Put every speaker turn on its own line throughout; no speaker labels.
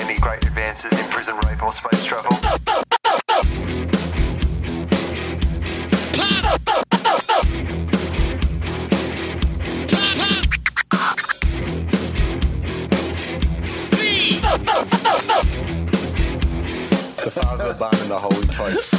any great advances in prison rape or space travel.
The Father, the Barn, and the Holy Toast.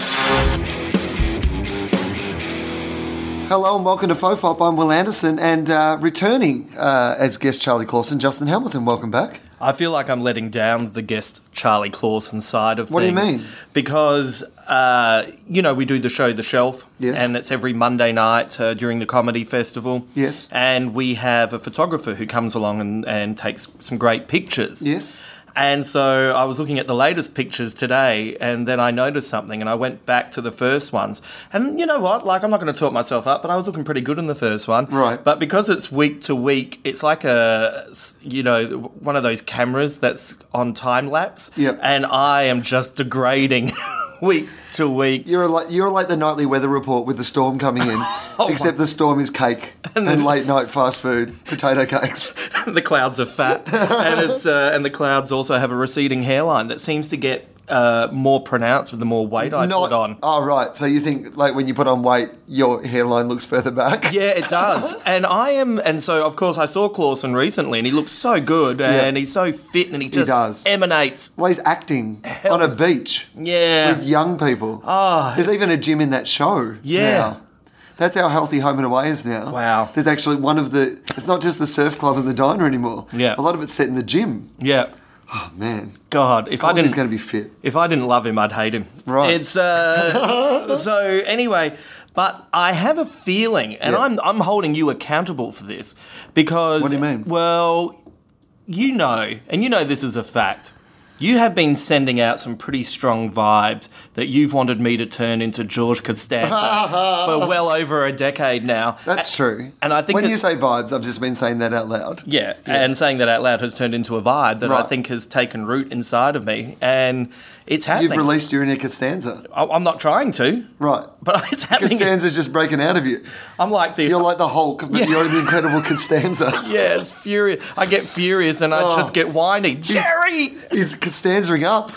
Hello and welcome to Fofop. I'm Will Anderson and uh, returning uh, as guest Charlie Clausen, Justin Hamilton. Welcome back.
I feel like I'm letting down the guest Charlie Clausen side of
What do you
things.
mean?
Because, uh, you know, we do the show The Shelf.
Yes.
And it's every Monday night uh, during the comedy festival.
Yes.
And we have a photographer who comes along and, and takes some great pictures.
Yes.
And so I was looking at the latest pictures today, and then I noticed something, and I went back to the first ones. And you know what? Like, I'm not going to talk myself up, but I was looking pretty good in the first one.
Right.
But because it's week to week, it's like a, you know, one of those cameras that's on time lapse.
Yep.
And I am just degrading week to week.
You're like you're like the nightly weather report with the storm coming in, Oh except the storm is cake and, late night fast food potato cakes.
the clouds are fat, and it's uh, and the clouds also have a receding hairline that seems to get uh, more pronounced with the more weight I put on.
Oh right. So you think like when you put on weight, your hairline looks further back.
Yeah, it does. and I am, and so of course I saw Clausen recently, and he looks so good, and he's so fit, and he just
does.
emanates.
Well, he's acting on a beach
Yeah, Ah.
with young people. Oh, There's even a gym in that show.
Yeah.
now. That's how healthy home and away is now.
Wow.
There's actually one of the it's not just the surf club and the diner anymore.
Yeah.
A lot of it's set in the gym.
yeah.
Oh man.
God, if I
Obviously he's
didn't,
gonna be fit.
if I didn't love him, I'd hate him.
Right.
It's uh, so anyway, but I have a feeling, and
Yeah.
I'm I'm holding you accountable for this because
What do you mean?
Well, you know, and you know this is a fact. You have been sending out some pretty strong vibes that you've wanted me to turn into George Costanza for well over a decade now.
That's
A-
true.
And I think
when
it-
you say vibes, I've just been saying that out loud.
yeah, and saying that out loud has turned into a vibe that I
Right.
think has taken root inside of me, and it's happening.
You've released your inner Costanza.
I- I'm not trying to,
Right.
but it's happening.
Costanza's just breaking out of you.
I'm like the
You're like the Hulk, but
Yeah.
you're the incredible Costanza.
yeah, it's furious. I get furious and I
Oh.
just get whiny. Jerry,
He's Costanzaing up.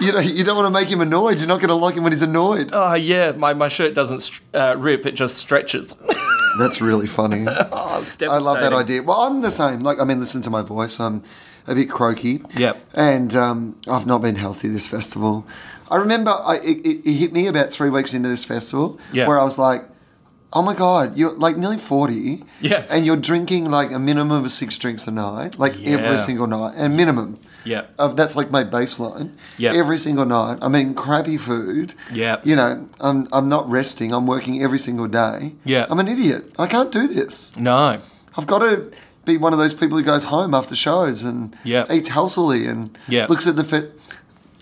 You know, you don't want to make him annoyed. You're not going to like him when he's annoyed.
oh yeah, my, my shirt doesn't str- uh, rip; it just stretches.
That's really funny.
Oh, it's
I love that
devastating.
idea. Well, I'm the same. Like, I mean, listen to my voice. I'm a bit croaky.
Yep.
And um, I've not been healthy this festival. I remember I, it, it, it hit me about three weeks into this festival
Yeah.
where I was like, oh my God, you're like nearly 40.
Yeah.
And you're drinking like a minimum of six drinks a night, like
Yeah.
every single night, and minimum.
Yeah.
Of, that's like my baseline.
Yep.
Every single night. I'm eating crappy food.
Yep.
You know, I'm, I'm not resting. I'm working every single day.
Yeah.
I'm an idiot. I can't do this.
No,
I've got to be one of those people who goes home after shows and
Yeah.
eats healthily and
Yeah.
looks at the fit.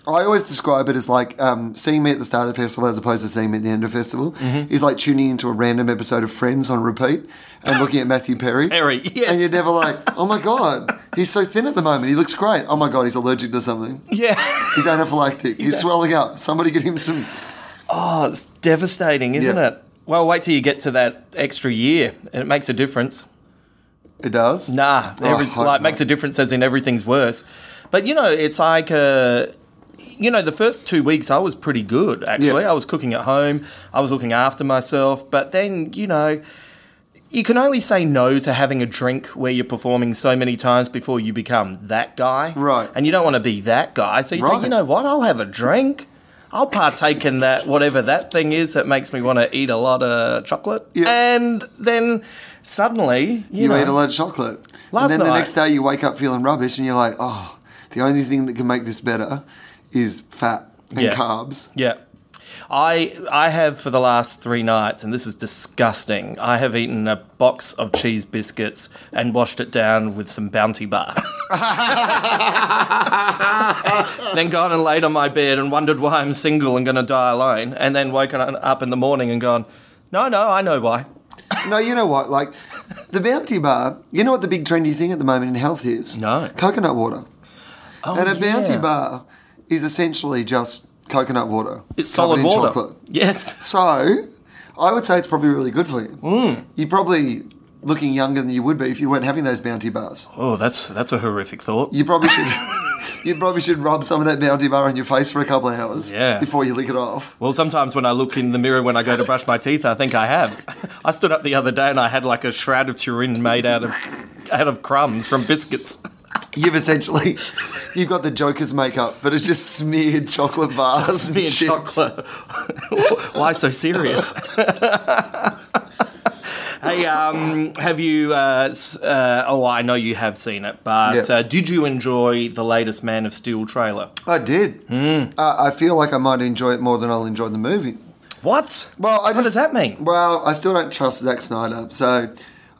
I always describe it as like um, seeing me at the start of the festival as opposed to seeing me at the end of the festival
Mm-hmm.
is like tuning into a random episode of Friends on repeat and looking at Matthew Perry.
Perry, yes.
And you're never like, oh my God, he's so thin at the moment. He looks great. Oh my God, he's allergic to something.
yeah,
He's anaphylactic. He's swelling up. Somebody get him some.
oh, it's devastating, isn't
Yeah.
it? Well, wait till you get to that extra year, and it makes a difference.
It does.
Nah,
Oh, I
every,
hope
like makes a
not.
difference as in everything's worse. But you know, it's like uh, you know, the first two weeks I was pretty good actually.
Yeah.
I was cooking at home, I was looking after myself. But then you know, you can only say no to having a drink where you're performing so many times before you become that guy,
Right.
And you don't want to be that guy, so you say,
Right.
you know what, I'll have a drink. I'll partake in that whatever that thing is that makes me want to eat a lot of chocolate,
Yeah.
and then suddenly you,
you
know,
ate a lot of chocolate. and
Last
then the
night-
next day you wake up feeling rubbish and you're like, oh, the only thing that can make this better is fat and
Yeah.
carbs.
yeah. I I have for the last three nights, and this is disgusting. I have eaten a box of cheese biscuits and washed it down with some Bounty Bar. then gone and laid on my bed and wondered why I'm single and going to die alone. And then woken up in the morning and gone, no, no, I know why.
No, you know what? Like the Bounty Bar. You know what the big trendy thing at the moment in health is?
No.
coconut water.
Oh,
and a Bounty
yeah.
Bar is essentially just coconut water.
It's
covered
solid
in
water.
chocolate.
Yes.
So, I would say it's probably really good for you.
Mm.
You're probably looking younger than you would be if you weren't having those Bounty Bars.
Oh, that's that's a horrific thought.
You probably should. you probably should rub some of that Bounty Bar on your face for a couple of hours
Yeah.
before you lick it off.
Well, sometimes when I look in the mirror when I go to brush my teeth, I think I have. I stood up the other day and I had like a shroud of Turin made out of out of crumbs from biscuits.
You've essentially, you've got the Joker's makeup, but it's just smeared chocolate bars
Me and
and chips.
chocolate. Why so serious? hey, um, have you? Uh, s- uh, oh, I know you have seen it, but
Yeah.
uh, did you enjoy the latest Man of Steel trailer?
I did.
Hmm.
Uh, I feel like I might enjoy it more than I'll enjoy the movie.
What?
Well, I
what
just,
does that mean?
Well, I still don't trust Zack Snyder, so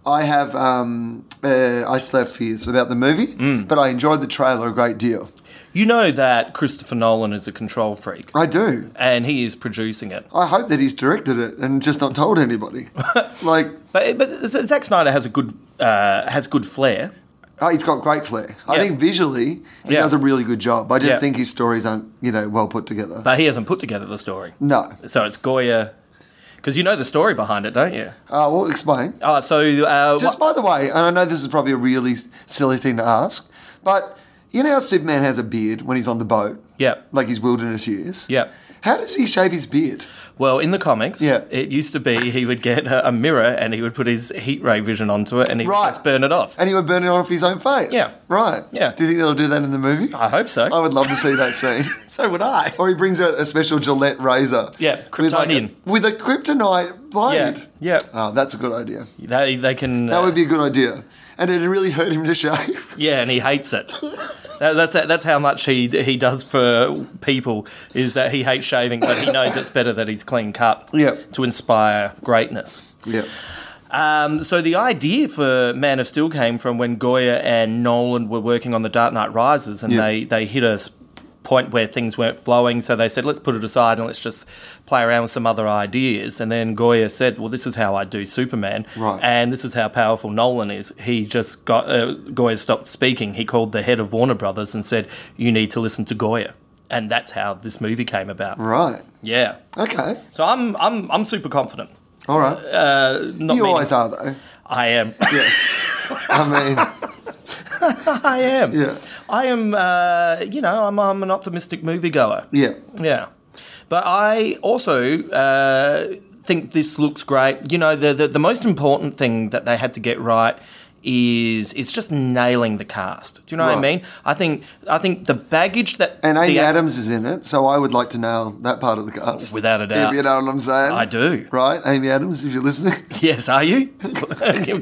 I have um, uh, I still have fears about the movie,
Hmm.
but I enjoyed the trailer a great deal.
You know that Christopher Nolan is a control freak,
I do.
and he is producing it.
I hope that he's directed it and just not told anybody. like,
But but Z- Zack Snyder has a good uh, has good flair.
oh, he's got great flair. I
Yeah.
think visually he
Yeah.
does a really good job. I just
Yeah.
think his stories aren't you know well put together.
But he hasn't put together the story.
no.
So it's Goya. Because you know the story behind it, don't you?
Uh, we'll explain.
Uh, so uh,
Just
wha-
by the way, and I know this is probably a really s- silly thing to ask, but you know how Superman has a beard when he's on the boat?
Yeah.
Like his wilderness years?
Yeah.
How does he shave his beard?
well, in the comics,
Yeah.
it used to be he would get a, a mirror and he would put his heat ray vision onto it and he would
Right.
just burn it off.
And he would burn it off his own face.
Yeah.
Right.
Yeah.
Do you think they'll do that in the movie?
I hope so.
I would love to see that scene.
so would I.
Or he brings out a special Gillette razor.
Yeah,
With, like a,
Kryptonian.
with a kryptonite blade.
Yeah, yeah.
Oh, that's a good idea.
They, they can.
That
uh,
would be a good idea. And it'd really hurt him to shave.
Yeah, and he hates it. That, that's that's how much he he does for people is that he hates shaving, but he knows it's better that he's clean cut.
Yeah.
To inspire greatness.
yeah.
Um, so the idea for Man of Steel came from when Goya and Nolan were working on The Dark Knight Rises, and
Yeah.
they they hit a s- point where things weren't flowing. So they said, let's put it aside and let's just play around with some other ideas. And then Goya said, well, this is how I do Superman,
Right.
and this is how powerful Nolan is. He just got uh, Goya stopped speaking. He called the head of Warner Brothers and said, you need to listen to Goya, and that's how this movie came about.
Right.
Yeah.
Okay.
So I'm I'm I'm super confident. Uh,
All right.
Not
you
meaning-
always are, though.
I am.
Yes. I mean,
I am.
Yeah.
I am. Uh, you know, I'm, I'm an optimistic moviegoer.
yeah.
Yeah. But I also uh, think this looks great. You know, the, the the most important thing that they had to get right is it's just nailing the cast. Do you know what I
Right.
mean? I think I think the baggage that
And Amy
the-
Adams is in it, so I would like to nail that part of the cast.
Without a doubt.
If you know what I'm saying.
I do.
Right? Amy Adams, if you're listening.
Yes, are you?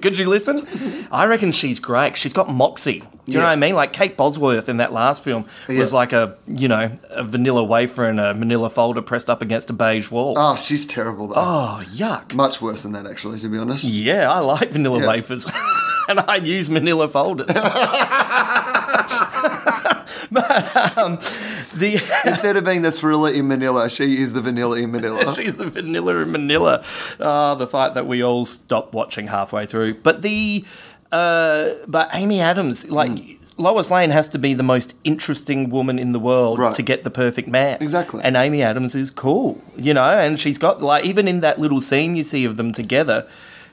Could you listen? I reckon she's great. She's got moxie. Do you know
Yeah.
what I mean? Like Kate Bosworth in that last film was
Yeah.
like a you know a vanilla wafer and a manila folder pressed up against a beige wall.
Oh, she's terrible, though.
oh yuck!
Much worse than that, actually, to be honest.
yeah, I like vanilla
Yeah.
wafers, and I use manila folders. but um, the.
Instead of being the thriller in Manila, she is the vanilla in Manila.
She's the vanilla in Manila. Ah, the fight that we all stopped watching halfway through. But the uh, but Amy Adams, like
Mm.
Lois Lane, has to be the most interesting woman in the world
Right.
to get the perfect man.
Exactly.
And Amy Adams is cool, you know. And she's got like even in that little scene you see of them together.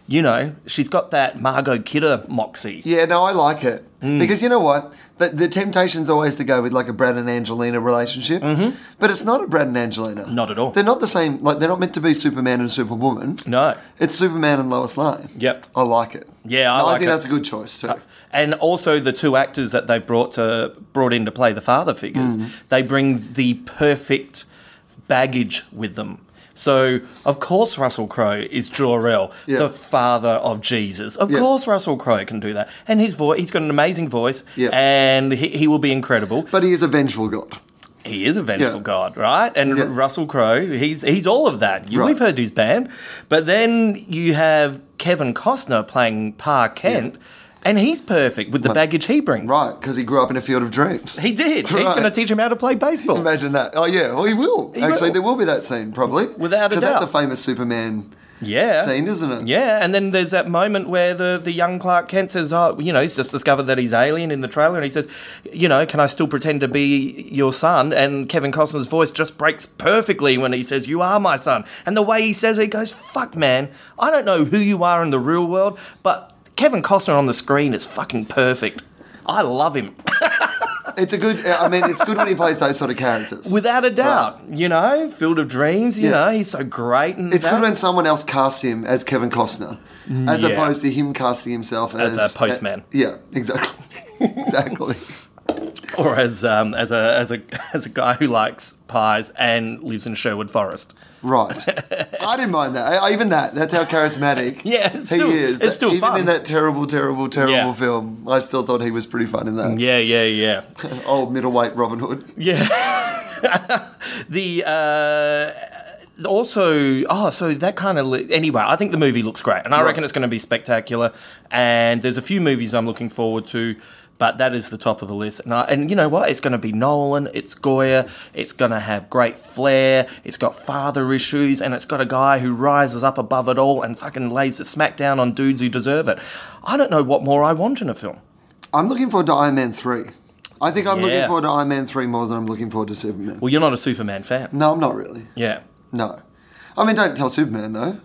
You know, she's got that Margot Kidder moxie.
Yeah, no, I like it.
Mm.
Because you know what? The, the temptation's always to go with like a Brad and Angelina relationship. Mm-hmm. But it's not a Brad and Angelina.
Not at all.
They're not the same. Like, they're not meant to be Superman and Superwoman.
No.
It's Superman and Lois Lane.
Yep.
I like it.
Yeah, I
No,
like
think
it. Uh,
that's a good choice too.
and also the two actors that they brought to brought in to play the father figures
Mm.
they bring the perfect baggage with them so of course Russell Crowe is Jor-El,
Yeah.
the father of Jesus. Of
Yeah.
course Russell Crowe can do that, and his voice—he's got an amazing voice,
Yeah.
and he, he will be incredible.
But he is a vengeful god.
He is a vengeful
Yeah.
god, right? And
Yeah.
Russell Crowe, he's he's all of that. You,
Right.
We've heard his band, but then you have Kevin Costner playing Pa Kent, and he's perfect with the baggage he brings.
Right, because he grew up in a field of dreams.
He did. He's
Right.
going to teach him how to play baseball.
Imagine that. Oh yeah, well he will. Actually,
will.
there will be that scene probably.
Without a
Because that's
doubt.
a famous Superman
yeah.
scene, isn't it?
Yeah, and then there's that moment where the, the young Clark Kent says, "Oh, you know, he's just discovered that he's alien in the trailer," and he says, "You know, can I still pretend to be your son?" And Kevin Costner's voice just breaks perfectly when he says, "You are my son," and the way he says it, he goes, "Fuck, man, I don't know who you are in the real world, but Kevin Costner on the screen is fucking perfect. I love him."
It's a good. I mean, it's good when he plays those sort of characters.
Without a doubt, you know, Field of Dreams, you
Yeah.
know, he's so great. And
it's
that.
good when someone else casts him as Kevin Costner, as
Mm. Yeah.
opposed to him casting himself
As
as,
a postman.
yeah, exactly, exactly.
or as um, as a as a as a guy who likes pies and lives in Sherwood Forest.
Right. I didn't mind that. I, even that. That's how charismatic
Yeah, it's
he
still-
is.
it's still
Even
fun.
in that terrible, terrible, terrible
Yeah.
film, I still thought he was pretty fun in that.
Yeah, yeah, yeah,
Old middleweight Robin Hood.
yeah. the uh, also oh, so that kind of li- anyway. I think the movie looks great, and I reckon it's going to be spectacular. And there's a few movies I'm looking forward to. But that is the top of the list, and, I, and you know what? It's going to be Nolan. It's Goya. It's going to have great flair. It's got father issues, and it's got a guy who rises up above it all and fucking lays the smack down on dudes who deserve it. I don't know what more I want in a film.
I'm looking forward to Iron Man 3. I think I'm
Yeah.
looking forward to Iron Man 3 more than I'm looking forward to Superman.
Well, you're not a Superman fan.
No, I'm not really.
Yeah.
No. I mean, don't tell Superman, though.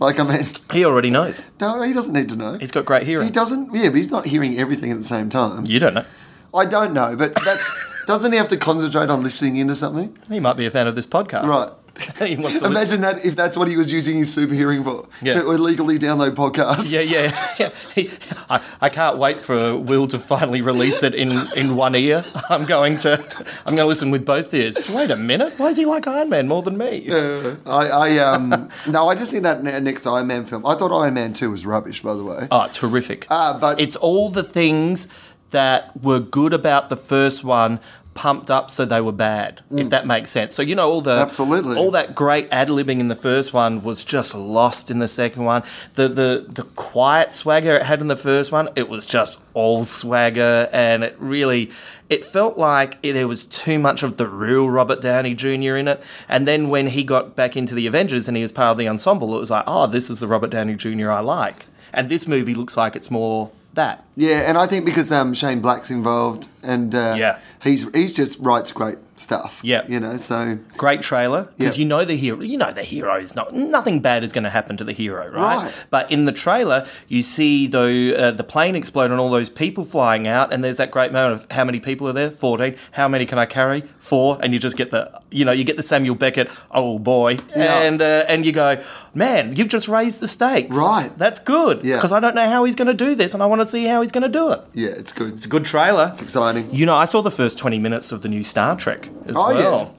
Like, I mean,
He already knows.
no, he doesn't need to know.
He's got great hearing.
He doesn't, yeah, but he's not hearing everything at the same time.
You don't know.
I don't know, but that's, doesn't he have to concentrate on listening into something?
He might be a fan of this podcast.
Right.
he wants to listen.
Imagine that if that's what he was using his super hearing for
Yeah.
to illegally download podcasts.
Yeah, yeah, yeah. He, I, I can't wait for Will to finally release it in, in one ear. I'm going to I'm going to listen with both ears. Wait a minute. Why is he like Iron Man more than me?
I, I um, no, I just think that ne- next Iron Man film. I thought Iron Man 2 was rubbish, by the way.
Oh, it's horrific.
Ah, but-
it's all the things that were good about the first one pumped up so they were bad,
Mm.
if that makes sense. So you know all the
Absolutely.
all that great ad libbing in the first one was just lost in the second one. The the the quiet swagger it had in the first one, it was just all swagger and it really it felt like it- there was too much of the real Robert Downey Jr. in it. And then when he got back into the Avengers and he was part of the ensemble, it was like, oh, this is the Robert Downey Jr. I like. And this movie looks like it's more that.
Yeah, and I think because um, Shane Black's involved, and uh,
Yeah.
he's he's just writes great stuff.
Yeah.
you know, so
Great trailer because
Yeah.
you know the hero. You know the hero is not nothing bad is going to happen to the hero, right?
Right.
But in the trailer, you see the uh, the plane explode and all those people flying out, and there's that great moment of how many people are there? Fourteen. How many can I carry? Four. And you just get the you know you get the Samuel Beckett. Oh boy,
Yeah.
and uh, and you go, man, you've just raised the stakes.
Right.
That's good.
Yeah.
Because I don't know how he's going to do this, and I want to see how he's going to do it.
yeah, it's good. It's
Good trailer.
exciting.
You know, I saw the first twenty minutes of the new Star Trek as
oh
well.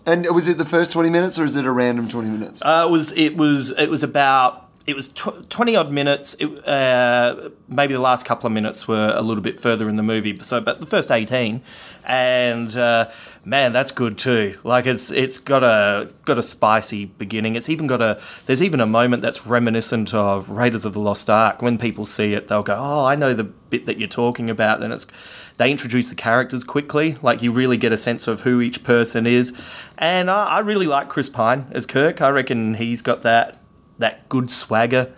yeah, and was it the first twenty minutes or is it a random twenty minutes?
Uh, it was it was it was about it was tw- twenty odd minutes. It, uh, maybe the last couple of minutes were a little bit further in the movie. So, but the first eighteen, and uh, man, that's good too. Like it's it's got a got a spicy beginning. It's even got a there's even a moment that's reminiscent of Raiders of the Lost Ark. When people see it, they'll go, "Oh, I know the bit that you're talking about." Then it's they introduce the characters quickly. Like you really get a sense of who each person is, and I, I really like Chris Pine as Kirk. I reckon he's got that that good swagger,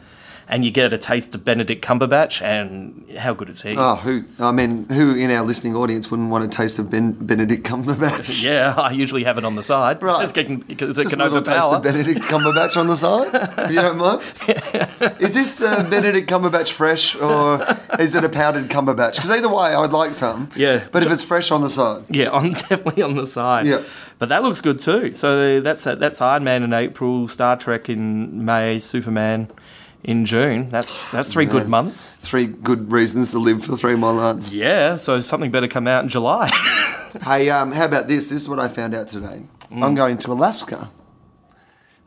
and you get a taste of Benedict Cumberbatch. And how good is he?
oh, who? I mean, who in our listening audience wouldn't want a taste of ben, Benedict Cumberbatch?
Yeah, I usually have it on the side
Right.
because it can, because it
Just
can
a little taste
overpower.
of Benedict Cumberbatch on the side, if you don't mind. Is this uh, Benedict Cumberbatch fresh or is it a powdered Cumberbatch? Because either way, I'd like some.
Yeah.
But if it's fresh on the side,
Yeah, I'm definitely on the side.
Yeah.
but that looks good too. So that's that's Iron Man in April, Star Trek in May, Superman in June. That's that's three good months.
three good reasons to live for three more months.
Yeah, so something better come out in July.
Hey, um, how about this? This is what I found out today.
Mm.
I'm going to Alaska.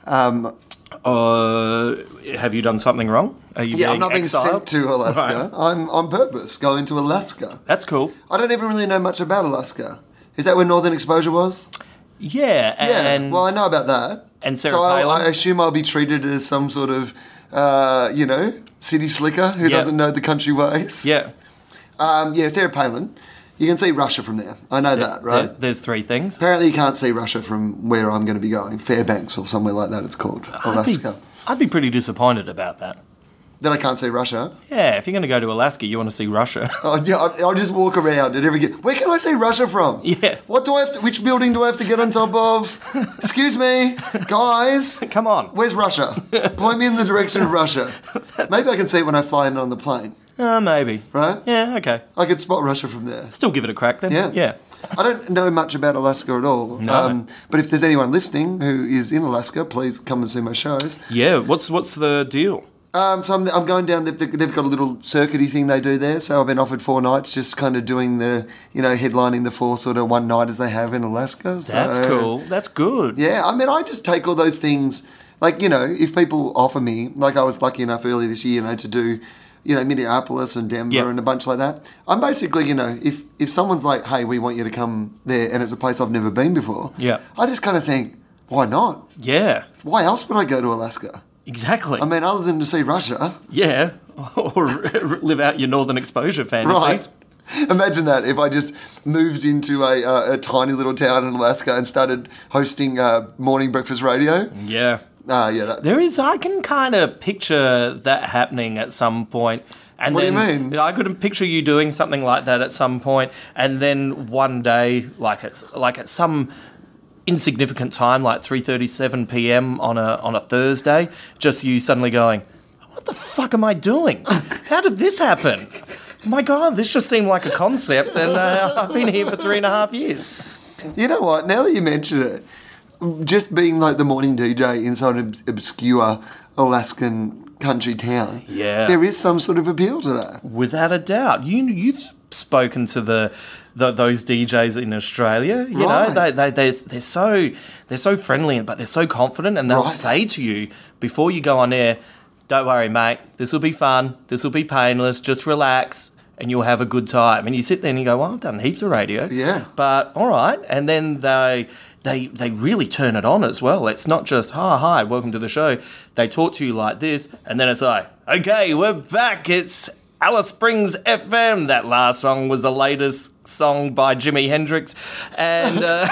Um,
uh, have you done something wrong? Are you
yeah,
being
I'm not being
exiled?
sent to Alaska.
Right.
I'm on purpose going to Alaska.
That's cool.
I don't even really know much about Alaska. Is that where Northern Exposure was?
Yeah, and,
Yeah, well, I know about that.
and Sarah
so I,
Palin?
I assume I'll be treated as some sort of, uh, you know, city slicker who
Yeah.
doesn't know the country ways.
yeah.
Um, yeah, Sarah Palin. You can see Russia from there. I know that, right?
There's, there's three things.
Apparently, you can't see Russia from where I'm going to be going, Fairbanks or somewhere like that. It's called
I'd be,
Alaska.
I'd be pretty disappointed about that.
Then I can't see Russia.
Yeah, if you're going to go to Alaska, you want to see Russia.
Oh, yeah, I- I'll just walk around and every get. Where can I see Russia from?
Yeah.
What do I have to? Which building do I have to get on top of? Excuse me, guys.
Come on.
Where's Russia? Point me in the direction of Russia. Maybe I can see it when I fly in on the plane,
Uh, maybe.
right?
Yeah, okay.
I could spot Russia from there.
Still give it a crack then.
Yeah.
Yeah.
I don't know much about Alaska at all. Um,
No.
but if there's anyone listening who is in Alaska, please come and see my shows.
Yeah, what's what's the deal?
Um, so I'm, I'm going down. They've, they've got a little circuity thing they do there. So I've been offered four nights, just kind of doing the, you know, headlining the four sort of one night as they have in Alaska. So,
That's cool. That's good.
Yeah, I mean, I just take all those things. Like you know, if people offer me, like I was lucky enough earlier this year, you know, to do, you know, Minneapolis and Denver
Yeah.
and a bunch like that. I'm basically, you know, if if someone's like, hey, we want you to come there, and it's a place I've never been before.
Yeah.
I just kind of think, why not?
Yeah,
Why else would I go to Alaska?
exactly.
I mean, other than to see Russia.
yeah, or live out your northern exposure
Right.
fantasies.
Imagine that if I just moved into a, uh, a tiny little town in Alaska and started hosting uh, morning breakfast radio.
Yeah.
Ah, yeah. That,
There is, I can kind of picture that happening at some point. And
What do you
then,
mean?
I could picture you doing something like that at some point, and then one day, like at, like at some insignificant time, like three thirty-seven p.m. on a on a Thursday, just you suddenly going, "What the fuck am I doing? How did this happen? My God, this just seemed like a concept, and uh, I've been here for three and a half years."
you know what? Now that you mention it, just being like the morning DJ in some ob- obscure Alaskan country town.
Yeah.
There is some sort of appeal to that.
Without a doubt, you you've spoken to the, the those DJs in Australia. You know,
Right.
they they they're, they're so they're so friendly, but they're so confident, and they'll
Right.
say to you before you go on air, "Don't worry, mate. This will be fun. This will be painless. Just relax." And you'll have a good time. And you sit there and you go, "Well, I've done heaps of radio,
Yeah.
but all right." And then they they they really turn it on as well. It's not just "Hi, hi, welcome to the show." They talk to you like this, and then it's like, "Okay, we're back. It's Alice Springs FM." That last song was the latest song by Jimi Hendrix, and uh,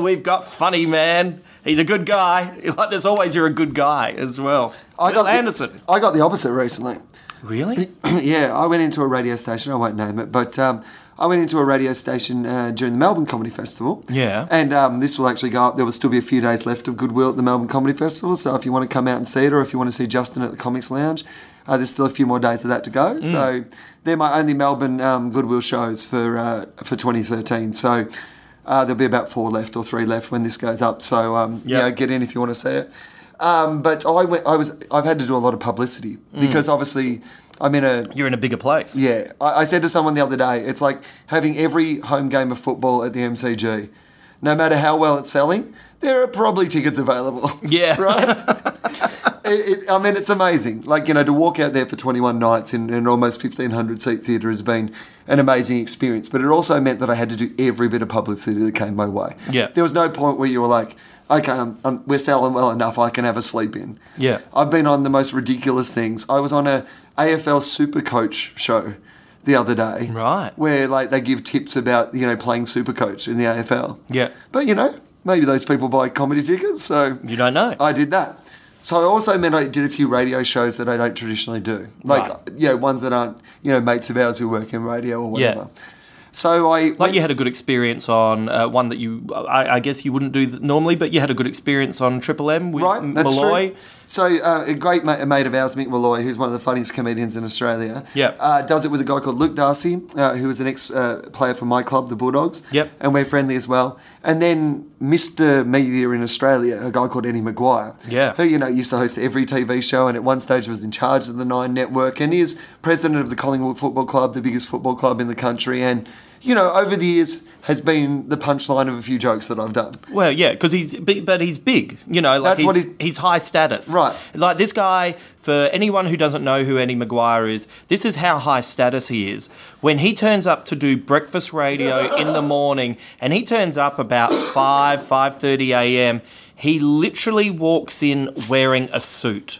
we've got Funny Man. He's a good guy. Like there's always, you're a good guy as well. I Bill
the-
Anderson.
I got the opposite recently.
Really?
yeah, I went into a radio station. I won't name it, but um, I went into a radio station uh, during the Melbourne Comedy Festival.
Yeah.
and um, this will actually go up. There will still be a few days left of Goodwill at the Melbourne Comedy Festival. So if you want to come out and see it, or if you want to see Justin at the Comics Lounge, uh, there's still a few more days of that to go. So they're my only Melbourne um, Goodwill shows for uh, for 2013. So. Uh, there'll be about four left or three left when this goes up. So um,
Yep.
yeah, get in if you want to see it. Um, but I went. I was. I've had to do a lot of publicity because obviously I'm in a.
You're in a bigger place.
Yeah, I, I said to someone the other day, it's like having every home game of football at the MCG. No matter how well it's selling, there are probably tickets available.
Yeah.
Right? it, it, I mean, it's amazing. Like, you know, to walk out there for 21 nights in an almost 1,500 seat theatre has been an amazing experience. But it also meant that I had to do every bit of publicity that came my way.
Yeah.
There was no point where you were like, okay, um um we're selling well enough, I can have a sleep in.
Yeah.
I've been on the most ridiculous things. I was on a AFL Super Coach show the other day.
Right.
Where, like, they give tips about, you know, playing Super Coach in the AFL.
Yeah.
But, you know, maybe those people buy comedy tickets, so.
You don't know.
I did that. So I also meant I did a few radio shows that I don't traditionally do, like
Right.
yeah, ones that aren't you know mates of ours who work in radio or
Yeah.
whatever. So I
Like you had a good experience on uh, one that you, I, I guess you wouldn't do th- normally, but you had a good experience on Triple M with
right,
M-
that's
Malloy.
true. So uh, a great mate, a mate of ours, Mick Malloy, who's one of the funniest comedians in Australia,
Yeah.
uh, does it with a guy called Luke Darcy, uh, who was an ex uh, player for my club, the Bulldogs.
Yep.
and we're friendly as well. And then Mr. Media in Australia, a guy called Eddie Maguire,
Yeah.
who you know used to host every TV show, and at one stage was in charge of the Nine Network, and he is president of the Collingwood Football Club, the biggest football club in the country, and you know, over the years has been the punchline of a few jokes that I've done.
Well, yeah, because he's bi- but he's big, you know. Like
That's
he's,
what
he's,
he's-
high status,
Right.
Like this guy. For anyone who doesn't know who Eddie McGuire is, this is how high status he is. When he turns up to do breakfast radio in the morning, and he turns up about five five thirty a.m., he literally walks in wearing a suit.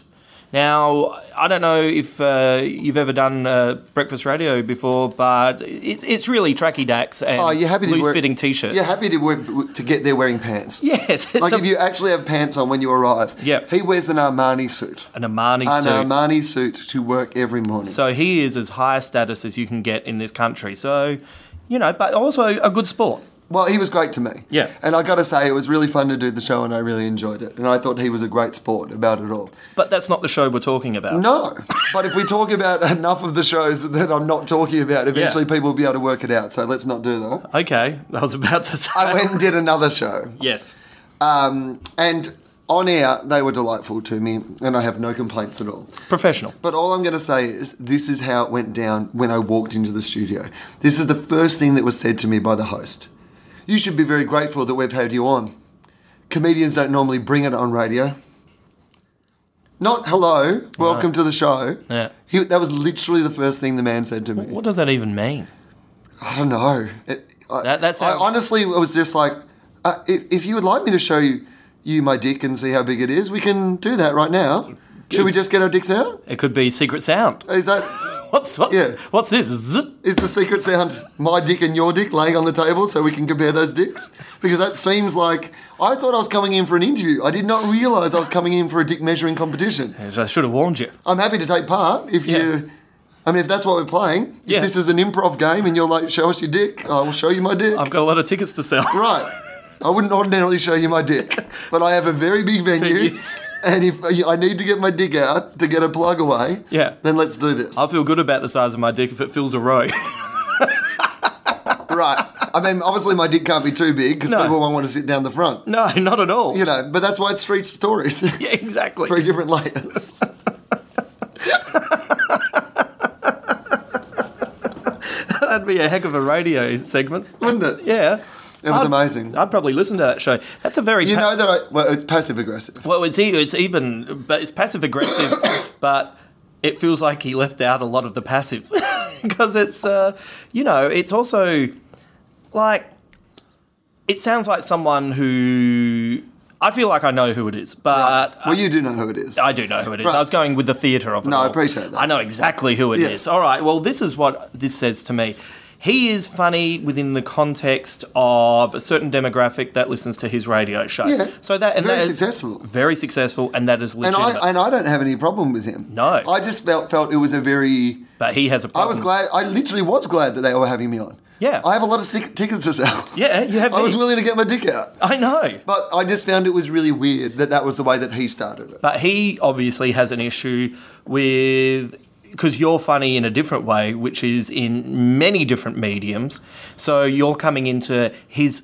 Now, I don't know if uh, you've ever done uh, breakfast radio before, but it's, it's really tracky dacks and
Oh, you're happy to
loose
wear
fitting t-shirts.
You're happy to wear, to get there wearing pants.
Yes, it's
Like
a-
if you actually have pants on when you arrive.
Yep.
He wears an Armani suit.
an Armani
An
suit.
Armani suit to work every morning.
So he is as high a status as you can get in this country. So, you know, but also a good sport.
Well, he was great to me.
Yeah.
And I got to say, it was really fun to do the show and I really enjoyed it. And I thought he was a great sport about it all.
But that's not the show we're talking about.
No. but if we talk about enough of the shows that I'm not talking about, eventually people will be able to work it out. So let's not do that.
Okay, I was about to say.
I went and did another show.
yes.
Um, and on air, they were delightful to me and I have no complaints at all.
Professional.
But all I'm going to say is this is how it went down when I walked into the studio. This is the first thing that was said to me by the host. You should be very grateful that we've had you on. Comedians don't normally bring it on radio. Not hello, welcome to the show.
Yeah.
He, that was literally the first thing the man said to me.
What does that even mean?
I don't know. It, I,
That- that sounds-
I honestly was just like, uh, if, if you would like me to show you, you my dick and see how big it is, we can do that right now. Should we just get our dicks out?
It could be secret sound.
Is that
What's what's
Yeah.
what's this? Zip.
Is the secret sound my dick and your dick laying on the table so we can compare those dicks? Because that seems like I thought I was coming in for an interview. I did not realise I was coming in for a dick measuring competition.
I should have warned you.
I'm happy to take part if
Yeah.
you. I mean, if that's what we're playing,
Yeah.
if this is an improv game and you're like, show us your dick, I will show you my dick.
I've got a lot of tickets to sell.
Right. I wouldn't ordinarily show you my dick, but I have a very big venue.
Venue.
And if I need to get my dick out to get a plug away,
Yeah.
then let's do this.
I feel good about the size of my dick if it fills a row.
Right. I mean, obviously my dick can't be too big because
No.
people won't want to sit down the front.
no, not at all.
You know, but that's why it's three stories,
Yeah, exactly.
three different layers.
That'd be a heck of a radio segment,
Wouldn't it?
Yeah.
It was
I'd-
amazing.
I'd probably listen to that show. That's a very
You
pa-
know that I well, it's passive aggressive.
Well, it's e- it's even, but it's passive aggressive, but it feels like he left out a lot of the passive because it's uh, you know it's also like it sounds like someone who I feel like I know who it is, but
well, you do know who it is.
I do know who it is.
Right.
I was going with the theatre of it.
No, I
all.
appreciate that.
I know exactly who it is.
Yeah.
All right. Well, this is what this says to me. He is funny within the context of a certain demographic that listens to his radio show.
Yeah.
So that and
Very
that is-
successful.
very successful, and that is
and
legitimate.
I and I don't have any problem with him.
No.
I just felt felt it was a very.
but he has a
I
problem.
was glad. I literally was glad that they were having me on.
Yeah.
I have a lot of sick tickets to sell.
Yeah, you have.
I was
me.
willing to get my dick out,
I know.
but I just found it was really weird that that was the way that he started it.
But he obviously has an issue with because you're funny in a different way, which is in many different mediums. So you're coming into his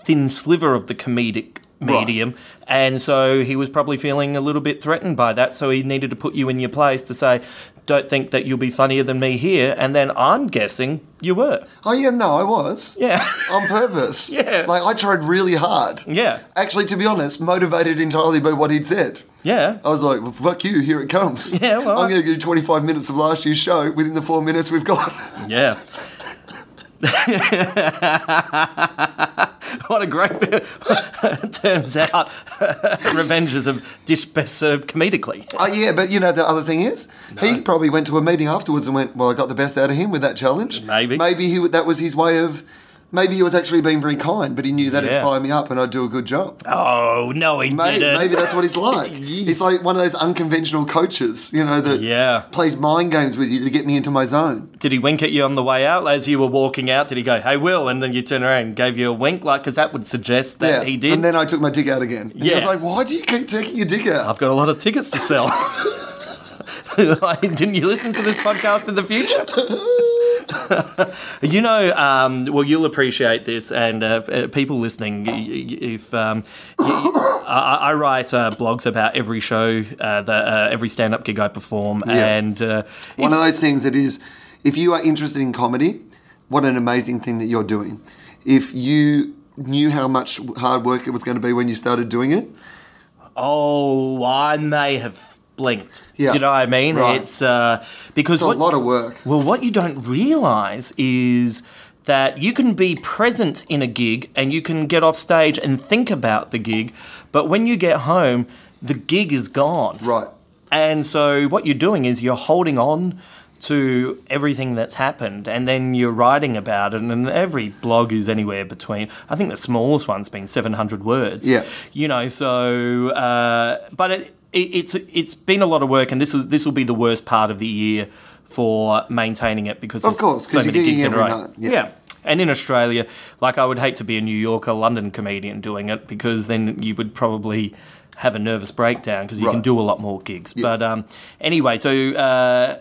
thin sliver of the comedic medium. And so he was probably feeling a little bit threatened by that. So he needed to put you in your place to say, don't think that you'll be funnier than me here. And then I'm guessing you were.
Oh yeah, no, I was.
Yeah.
on purpose.
Yeah.
Like I tried really hard.
Yeah.
Actually, to be honest, motivated entirely by what he'd said.
Yeah.
I was like, well, fuck you, here it comes.
Yeah, well,
I'm
I-
going to do 25 minutes of last year's show within the four minutes we've got.
Yeah. what a great bit. Turns out, Revengers have dish best served comedically.
Oh, yeah, but you know, the other thing is, he probably went to a meeting afterwards and went, well, I got the best out of him with that challenge.
Maybe.
Maybe he, that was his way of, maybe he was actually being very kind, but he knew that
Yeah.
it'd fire me up and I'd do a good job.
Oh, no, he
Maybe,
didn't.
maybe that's what he's like. he's like one of those unconventional coaches, you know, that
Yeah.
plays mind games with you to get me into my zone.
Did he wink at you on the way out as you were walking out? Did he go, hey, Will? And then you turn around and gave you a wink? Like, because that would suggest that he did.
And then I took my dick out again. And
Yeah.
I was like, why do you keep taking your dick out?
I've got a lot of tickets to sell. Like, Didn't you listen to this podcast in the future? you know, um, well, you'll appreciate this, and uh, uh, people listening, y- y- if um, y- y- I, I write uh, blogs about every show, uh, that, uh, every stand-up gig I perform,
Yeah.
and uh,
One of those things that is, if you are interested in comedy, what an amazing thing that you're doing. If you knew how much hard work it was going to be when you started doing it,
Oh, I may have blinked.
Yeah.
Do you know what I mean?
Right.
It's uh, because
it's a
what,
lot of work.
Well, what you don't realize is that you can be present in a gig and you can get off stage and think about the gig, but when you get home, the gig is gone.
Right.
And so what you're doing is you're holding on to everything that's happened and then you're writing about it and every blog is anywhere between I think the smallest one's been 700 words.
Yeah.
You know, so uh, but it, it, it's it's been a lot of work and this is this will be the worst part of the year for maintaining it because
Of
there's
course,
so
'cause you're
many
gigging
gigs in a
every
row.
night, yeah.
yeah. And in Australia, like I would hate to be a New Yorker, London comedian doing it because then you would probably have a nervous breakdown because you can
Right.
do a lot more gigs. But um, anyway, so uh,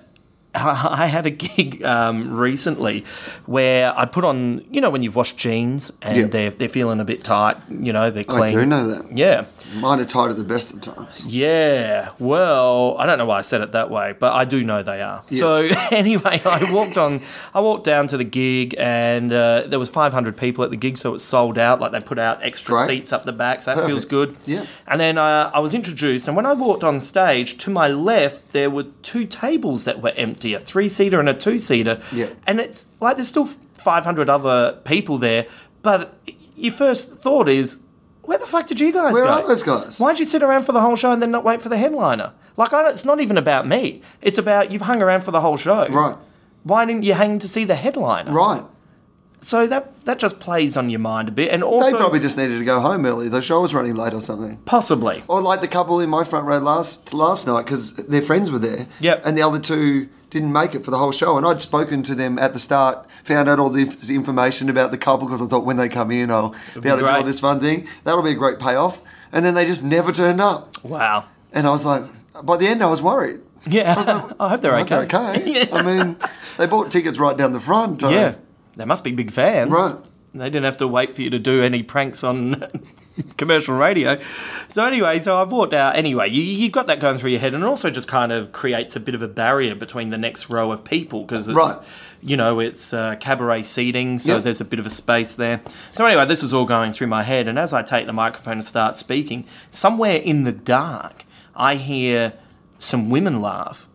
I had a gig um, recently where I put on, you know, when you've washed jeans and
Yeah.
they're, they're feeling a bit tight, you know, they're clean.
I do know that.
Yeah.
Mine are tight at the best of times.
Yeah, well, I don't know why I said it that way, but I do know they are. So anyway, I walked on, I walked down to the gig, and uh, there was 500 people at the gig, so it sold out. Like they put out extra
Great.
seats up the back, so that feels
Perfect.
good.
Yeah.
And then uh, I was introduced, and when I walked on stage, to my left there were two tables that were empty, a three-seater and a two-seater.
Yeah.
And it's like there's still 500 other people there, but your first thought is. Where the fuck did you guys
Where
go?
are those guys?
Why'd you sit around for the whole show and then not wait for the headliner? Like, I don't, it's not even about me. It's about you've hung around for the whole show.
Right.
Why didn't you hang to see the headliner?
Right.
So that that just plays on your mind a bit, and
They
also
probably just needed to go home early. The show was running late or something.
possibly.
Or like the couple in my front row last last night because their friends were there.
Yep.
And the other two didn't make it for the whole show. And I'd spoken to them at the start, found out all the inf- the information about the couple because I thought when they come in, I'll be able to do all
great.
this fun thing. That'll be a great payoff. And then they just never turned up.
Wow.
And I was like, by the end, I was worried.
Yeah. I hope they're
I hope
okay.
they're okay. Um, I mean, they bought tickets right down the front. uh,
Yeah. They must be big fans.
Right.
They didn't have to wait for you to do any pranks on commercial radio. So anyway, so I've walked out. Anyway, you, you've got that going through your head, and it also just kind of creates a bit of a barrier between the next row of people because it's,
Right.
you know, it's uh, cabaret seating, so
Yeah.
there's a bit of a space there. So anyway, this is all going through my head, and as I take the microphone and start speaking, somewhere in the dark, I hear some women laugh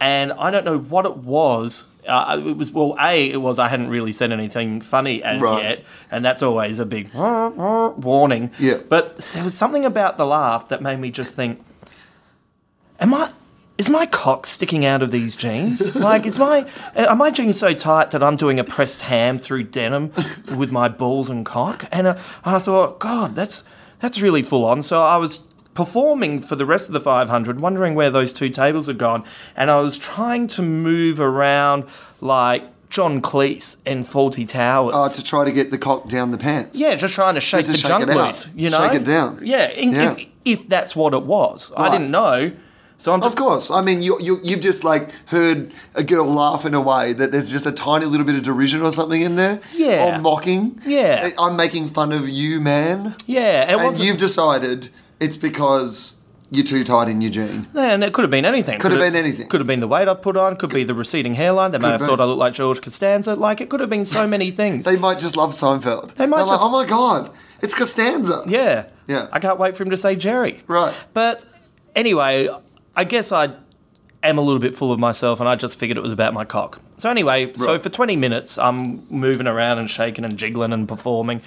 and I don't know what it was. Uh, it was well, a it was I hadn't really said anything funny as
Right.
yet, and that's always a big warning.
Yeah.
But there was something about the laugh that made me just think, am I? Is my cock sticking out of these jeans? Like, is my uh, are my jeans so tight that I'm doing a pressed ham through denim with my balls and cock? And uh, I thought, God, that's that's really full on. So I was performing for the rest of the 500, wondering where those two tables had gone, and I was trying to move around like John Cleese in Faulty Towers.
Uh, to try to get the cock down the pants.
Yeah, just trying to shake
Just to
the
shake
junk
it out.
loose. You know,
Shake it down.
Yeah, in,
Yeah.
If, if that's what it was, I
Right. Oh,
didn't know. So I'm just
Of course. I mean, you, you, you've just like heard a girl laugh in a way that there's just a tiny little bit of derision or something in there.
Yeah.
Or mocking.
Yeah.
I'm making fun of you, man.
yeah, it
And
wasn't.
you've decided it's because you're too tight in your jean.
Yeah, and it could have been anything.
Could have been anything.
Could have been the weight I've put on. Could be the receding hairline. They may have
be.
thought I looked like George Costanza. Like it could have been so many things.
They might just love Seinfeld.
They might
They're like,
just-
oh my God, it's Costanza.
yeah.
Yeah.
I can't wait for him to say Jerry.
Right.
But anyway, I guess I am a little bit full of myself, and I just figured it was about my cock. So anyway, so
Right.
for 20 minutes, I'm moving around and shaking and jiggling and performing,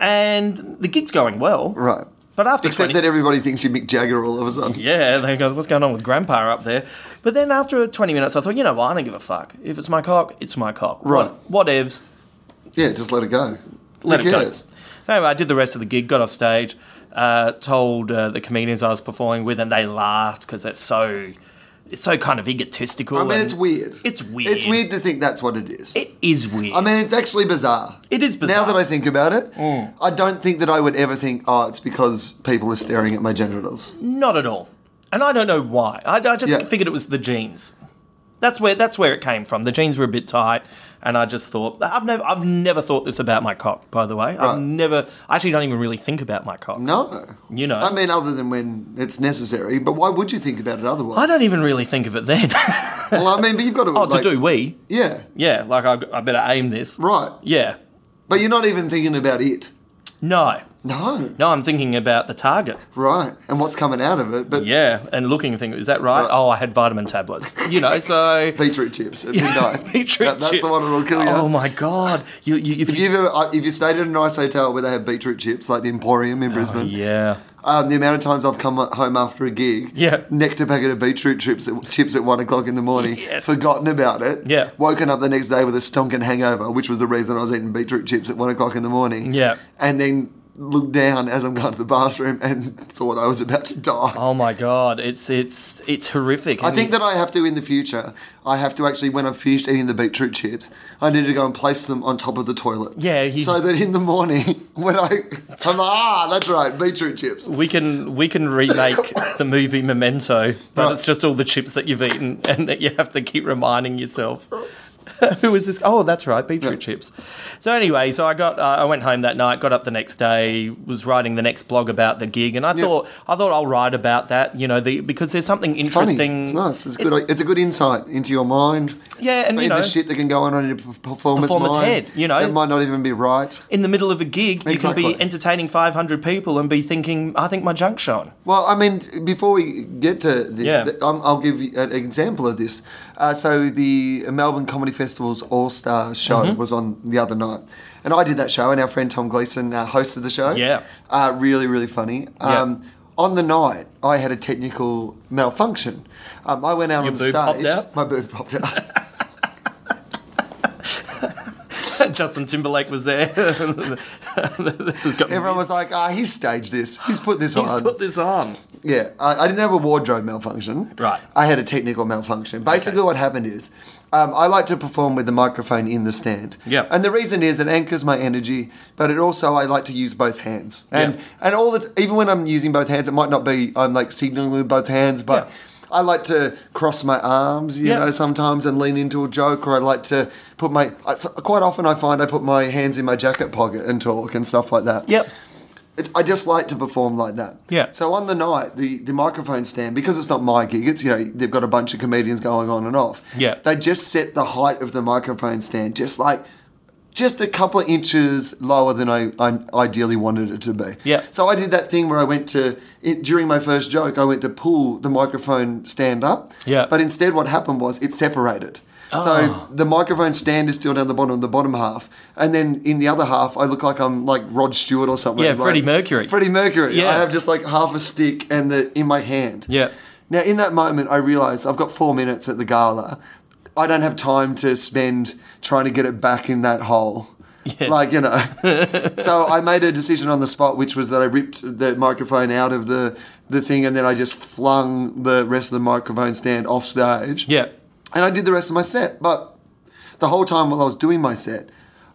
and the gig's going well.
Right.
But after
Except
20
that everybody thinks you're Mick Jagger all of a sudden.
Yeah, they go, what's going on with Grandpa up there? But then after 20 minutes, I thought, you know what, I don't give a fuck. If it's my cock, it's my cock.
Right.
What, whatevs.
Yeah, just let it go.
Let
Who
it go.
cares?
Anyway, I did the rest of the gig, got off stage, uh, told uh, the comedians I was performing with, and they laughed because that's so, it's so kind of egotistical.
I mean,
and-
it's weird.
It's weird.
It's weird to think that's what it is.
It is weird.
I mean, it's actually bizarre.
It is bizarre. Mm.
Now that I think about it, I don't think that I would ever think, oh, it's because people are staring at my genitals.
Not at all. And I don't know why. I, I just
Yeah.
figured it was the jeans. That's where that's where it came from. The jeans were a bit tight, and I just thought I've never I've never thought this about my cock. By the way, I've
Right.
never I actually don't even really think about my cock.
No.
You know.
I mean, other than when it's necessary, but why would you think about it otherwise?
I don't even really think of it then.
well, I mean, but you've got to.
oh,
like,
to do we?
Yeah.
Yeah, like I, I better aim this.
Right.
Yeah.
But you're not even thinking about it.
No.
No.
No, I'm thinking about the target.
Right. And what's coming out of it. But
Yeah, and looking and thinking, is that right?
Right.
Oh, I had vitamin tablets. You know, so
beetroot chips at midnight.
beetroot
That- that's
chips.
the one that'll kill you.
Oh my god! You, you, if
If
you,
you've ever, I- if you stayed at a nice hotel where they have beetroot chips, like the Emporium
Oh,
in Brisbane,
yeah,
um, the amount of times I've come home after a gig,
Yeah.
necked a packet of beetroot chips at, chips at one o'clock in the morning,
Yes.
forgotten about it,
Yeah.
woken up the next day with a stonking hangover, which was the reason I was eating beetroot chips at one o'clock in the morning,
Yeah.
and then looked down as I'm going to the bathroom and thought I was about to die.
oh my god! It's it's it's horrific.
I
And
think
you-
that I have to in the future. I have to actually, when I've finished eating the beetroot chips, I need to go and place them on top of the toilet.
Yeah, you-
so that in the morning when I, I'm like, ah, that's right, beetroot chips.
we can we can remake the movie Memento, but
Right.
it's just all the chips that you've eaten and that you have to keep reminding yourself. Who is this? Oh, that's right, beetroot chips. So anyway, so I got uh, I went home that night, got up the next day, was writing the next blog about the gig, and I thought I thought I'll write about that, you know, the because there's something
Funny.
interesting.
It's nice. It's good. it's a good insight into your mind.
Yeah, and, you
in
know-
the shit that can go on in your p- performance,
Performance
mind,
head, you know.
that might not even be right.
in the middle of a gig, you can be
Exactly.
entertaining 500 people and be thinking, I think my junk's shone.
Well, I mean, before we get to this,
Yeah.
th- um, I'll give you an example of this. Uh, so the Melbourne Comedy Festival's All Star Show
Mm-hmm.
was on the other night, and I did that show, and our friend Tom Gleason uh, hosted the show.
Yeah.
uh, really, really funny.
Yeah.
Um, On the night, I had a technical malfunction. Um, I went out on the
boob popped
stage.
out?
My boob popped out.
Justin Timberlake was there. this has got
Everyone was like, "Ah, he's staged this. He's put this
He's
on."
put this on.
Yeah, I, I didn't have a wardrobe malfunction.
Right.
I had a technical malfunction. Basically,
Okay.
what happened is um, I like to perform with the microphone in the stand.
Yeah.
And the reason is it anchors my energy, but it also, I like to use both hands. And
Yeah.
and all the, even when I'm using both hands, it might not be, I'm like signaling with both hands, but.
Yeah.
I like to cross my arms, you
Yeah.
know, sometimes and lean into a joke, or I like to put my. I- so- Quite often, I find I put my hands in my jacket pocket and talk and stuff like that.
Yep.
It, I just like to perform like that.
Yeah.
So on the night, the, the microphone stand, because it's not my gig, it's, you know, they've got a bunch of comedians going on and off.
Yeah.
They just set the height of the microphone stand just like, just a couple of inches lower than I, I ideally wanted it to be.
Yeah.
So I did that thing where I went to, it, during my first joke, I went to pull the microphone stand up.
Yeah.
But instead, what happened was it separated.
Ah.
So the microphone stand is still down the bottom, the bottom half, and then in the other half, I look like I'm like Rod Stewart or something.
Yeah,
like-
Freddie Mercury.
Freddie Mercury.
Yeah.
I have just like half a stick and the in my hand.
Yeah.
Now in that moment, I realised I've got four minutes at the gala. I don't have time to spend trying to get it back in that hole.
Yes.
Like you know, so I made a decision on the spot, which was that I ripped the microphone out of the the thing, and then I just flung the rest of the microphone stand off stage.
Yeah.
And I did the rest of my set. But the whole time while I was doing my set,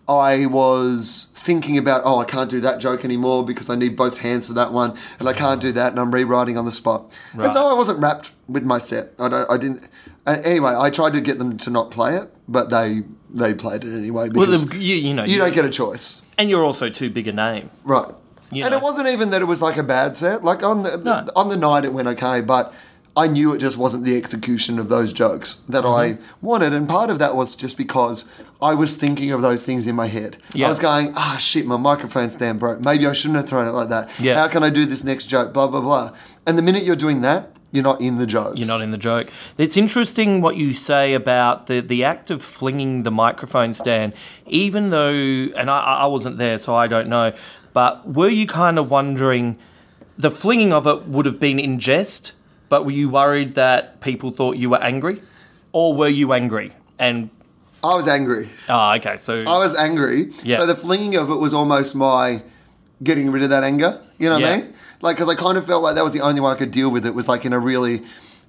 I was thinking about, oh, I can't do that joke anymore because I need both hands for that one, and I can't do that, and I'm rewriting on the spot. And so
Right.
I wasn't wrapped with my set. I, don't, I didn't. Uh, anyway, I tried to get them to not play it, but they they played it anyway
Well,
because
the- you, you know,
you don't get a choice.
and you're also too big a name.
Right.
You
and
know.
it wasn't even that it was like a bad set. Like on the,
No.
on the night it went okay, but I knew it just wasn't the execution of those jokes that I
Mm-hmm.
wanted. And part of that was just because I was thinking of those things in my head.
Yeah.
I was going, ah, shit, my microphone stand broke. Maybe I shouldn't have thrown it like that.
Yeah.
How can I do this next joke? Blah, blah, blah. And the minute you're doing that, you're not in the jokes.
You're not in the joke. It's interesting what you say about the, the act of flinging the microphone stand, even though, and I, I wasn't there, so I don't know, but were you kind of wondering the flinging of it would have been in jest, but were you worried that people thought you were angry? Or were you angry? And,
I was angry.
ah, okay, so.
I was angry.
Yeah.
So the flinging of it was almost my getting rid of that anger. You know what
Yeah.
I mean? Like, because I kind of felt like that was the only way I could deal with it was like in a really.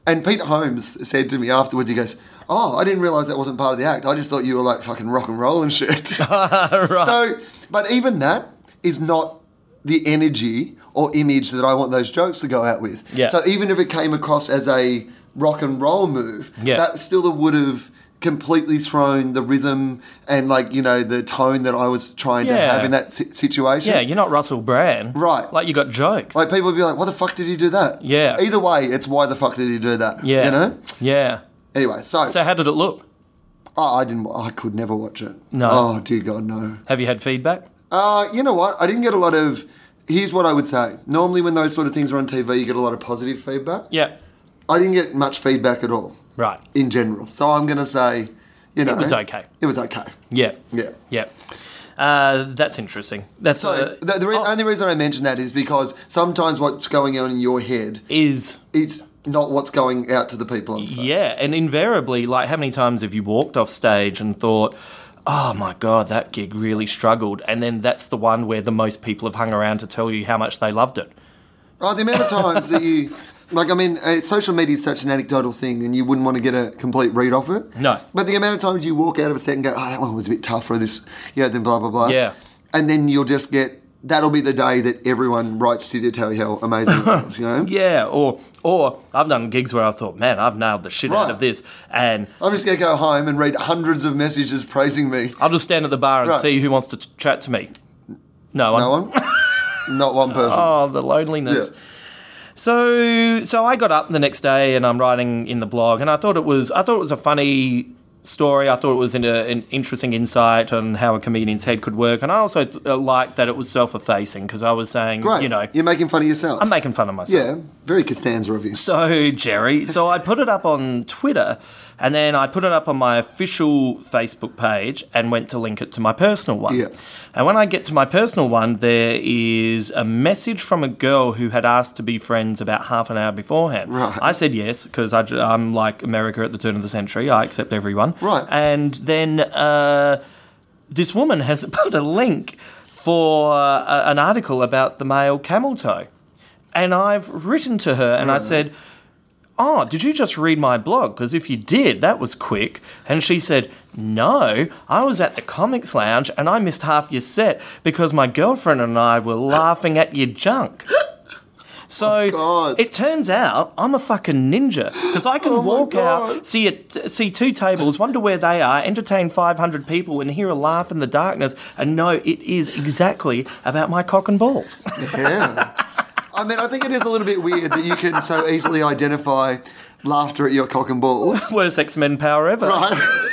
And Pete Holmes said to me afterwards, he goes, "Oh, I didn't realize that wasn't part of the act. I just thought you were like fucking rock and roll and shit." So, but even that is not the energy or image that I want those jokes to go out with.
Yeah.
So even if it came across as a rock and roll move,
Yeah.
that still would have completely thrown the rhythm and like you know the tone that I was trying to
Yeah.
have in that si- situation.
Yeah, you're not Russell Brand.
Right.
Like, you got jokes.
Like people would be like, "Why the fuck did he do that?"
Yeah.
Either way, it's why the fuck did he do that?
yeah.
You know.
Yeah.
Anyway, so,
So, how did it look?
oh, I didn't. I could never watch it.
No.
Oh dear God, no.
Have you had feedback?
Uh, you know what? I didn't get a lot of. Here's what I would say. Normally, when those sort of things are on TV, you get a lot of positive feedback.
Yeah.
I didn't get much feedback at all
Right.
in general. So I'm going to say, you know.
was okay.
It was okay.
Yeah.
Yeah.
Yeah. Uh, that's interesting. That's
So
uh,
the, the re-
oh,
only reason I mention that is because sometimes what's going on in your head
is
is not what's going out to the people on stage.
yeah, and invariably, like, how many times have you walked off stage and thought, "Oh my god, that gig really struggled," and then that's the one where the most people have hung around to tell you how much they loved it.
Oh, the amount of times that you, like, I mean, uh, social media is such an anecdotal thing, and you wouldn't want to get a complete read off it.
No.
But the amount of times you walk out of a set and go, "Oh, that one was a bit tough," or this, yeah, then blah blah blah.
Yeah.
And then you'll just get that'll be the day that everyone writes to you to tell you how amazing it was. You know.
Yeah, or or I've done gigs where I thought, "Man, I've nailed the shit out
Right.
of this," and
I'm just gonna go home and read hundreds of messages praising me.
I'll just stand at the bar and
Right.
see who wants to t- chat to me. No one.
No one. Not one person.
Oh, the loneliness.
Yeah.
So so I got up the next day and I'm writing in the blog and I thought it was I thought it was a funny story. I thought it was an, uh, an interesting insight on how a comedian's head could work and I also th- uh, liked that it was self-effacing because I was saying,
Great.
you know,
You're making fun of yourself.
I'm making fun of myself.
yeah. Very Costanza of you.
So, Jerry, so I put it up on Twitter and then I put it up on my official Facebook page and went to link it to my personal one.
Yeah.
And when I get to my personal one, there is a message from a girl who had asked to be friends about half an hour beforehand.
Right.
I said yes because I'm like America at the turn of the century. I accept everyone.
Right.
And then uh, this woman has put a link for uh, an article about the male camel toe. And I've written to her and I said, Oh, did you just read my blog? Because if you did, that was quick. And she said, No, I was at the comics lounge and I missed half your set because my girlfriend and I were laughing at your junk. So
Oh, God. Oh,
it turns out I'm a fucking ninja because I can walk out,
God.
see a, see two tables, wonder where they are, entertain 500 people, and hear a laugh in the darkness, and know it is exactly about my cock and balls.
Yeah. I mean, I think it is a little bit weird that you can so easily identify laughter at your cock and balls.
Worst X Men power ever.
Right?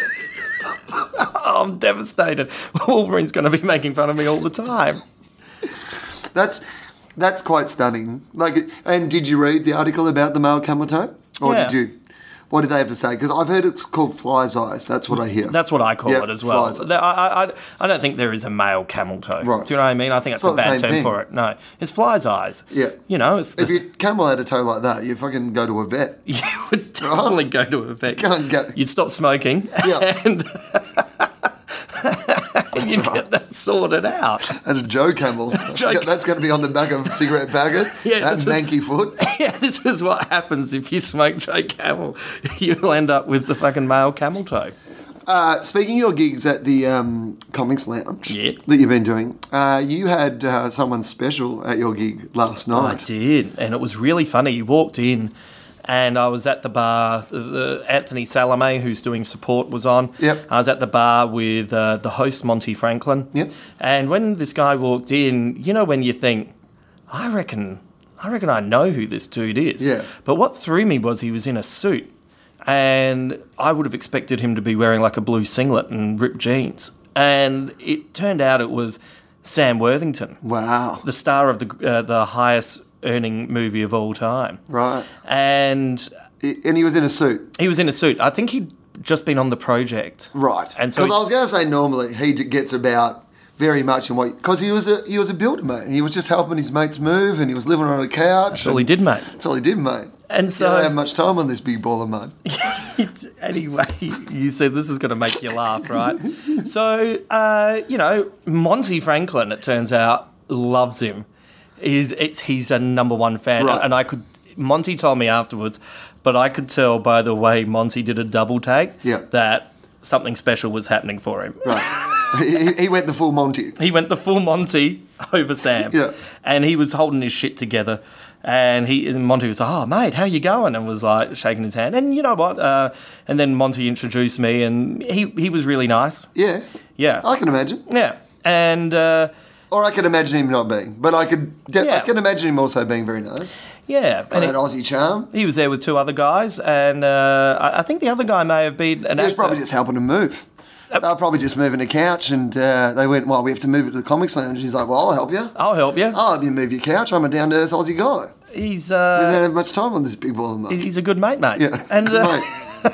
Oh, I'm devastated. Wolverine's going to be making fun of me all the time.
That's that's quite stunning. Like, and did you read the article about the male camel toe, or
Yeah.
did you? What did they have to say? Because I've heard it's called fly's eyes. That's what I hear.
That's what I call
Yeah,
it as well.
flies.
There- I, I, I- I don't think there is a male camel toe.
Right.
Do you know what I mean? I think that's
not
a
the
bad
same
term
thing.
for it. No, it's fly's eyes.
Yeah.
You know, it's the,
If your camel had a toe like that, you fucking go to a vet.
you would definitely go to a vet.
Can't go-
You'd stop smoking.
Yeah.
And you get that sorted out.
And a Joe camel.
Joe Cam-
That's going to be on the back of a cigarette packet.
Yeah,
That's
that's-
manky foot.
yeah, this is what happens if you smoke Joe Camel. You'll end up with the fucking male camel toe.
Uh, speaking of your gigs at the um, Comics Lounge
Yeah.
that you've been doing, uh, you had uh, someone special at your gig last
I
night.
did, and it was really funny. You walked in, and I was at the bar. The, the- Anthony Salome, who's doing support, was on.
Yep.
I was at the bar with uh, the host Monty Franklin.
Yep.
And when this guy walked in, you know when you think, I reckon, I reckon I know who this dude is.
Yeah.
But what threw me was he was in a suit, and I would have expected him to be wearing like a blue singlet and ripped jeans. And it turned out it was Sam Worthington
Wow.
the star of the uh, the highest earning movie of all time.
Right.
And
I- And he was in a suit.
he was in a suit. I think he'd just been on the project.
Right.
And so
Because
he-
I was going to say normally he d- gets about very much in what because he was a he was a builder mate and he was just helping his mates move and he was living on a couch.
That's all he
and-
did, mate.
That's all he did, mate.
And
you
so-
don't have much time on this big ball of mud.
anyway, you said this is going to make you laugh, right? so, uh, you know, Monty Franklin, it turns out, loves him. He's, it's, he's a number one fan.
Right.
And I could, Monty told me afterwards, but I could tell by the way Monty did a double take
Yeah.
that something special was happening for him.
Right. he, he went the full Monty.
He went the full Monty over Sam.
Yeah.
And he was holding his shit together. And he and Monty was like, "Oh, mate, how you going?" And was like shaking his hand. And you know what? Uh, and then Monty introduced me, and he he was really nice.
Yeah.
Yeah.
I can imagine.
Yeah. And uh,
Or I can imagine him not being. But I could de- I
Yeah.
can imagine him also being very nice.
yeah. And
Got that
he,
Aussie charm.
he was there with two other guys, and uh, I, I think the other guy may have been an
He was
actor.
probably just helping him move. They were probably just moving a couch and uh, they went, well, we have to move it to the comics lounge. He's like, well, I'll help you.
I'll help you.
I'll help you move your couch. I'm a down to earth Aussie guy.
He's
We don't
uh,
have much time on this big ball of mud.
he's a good mate, mate.
Yeah.
And
Good
uh,
mate.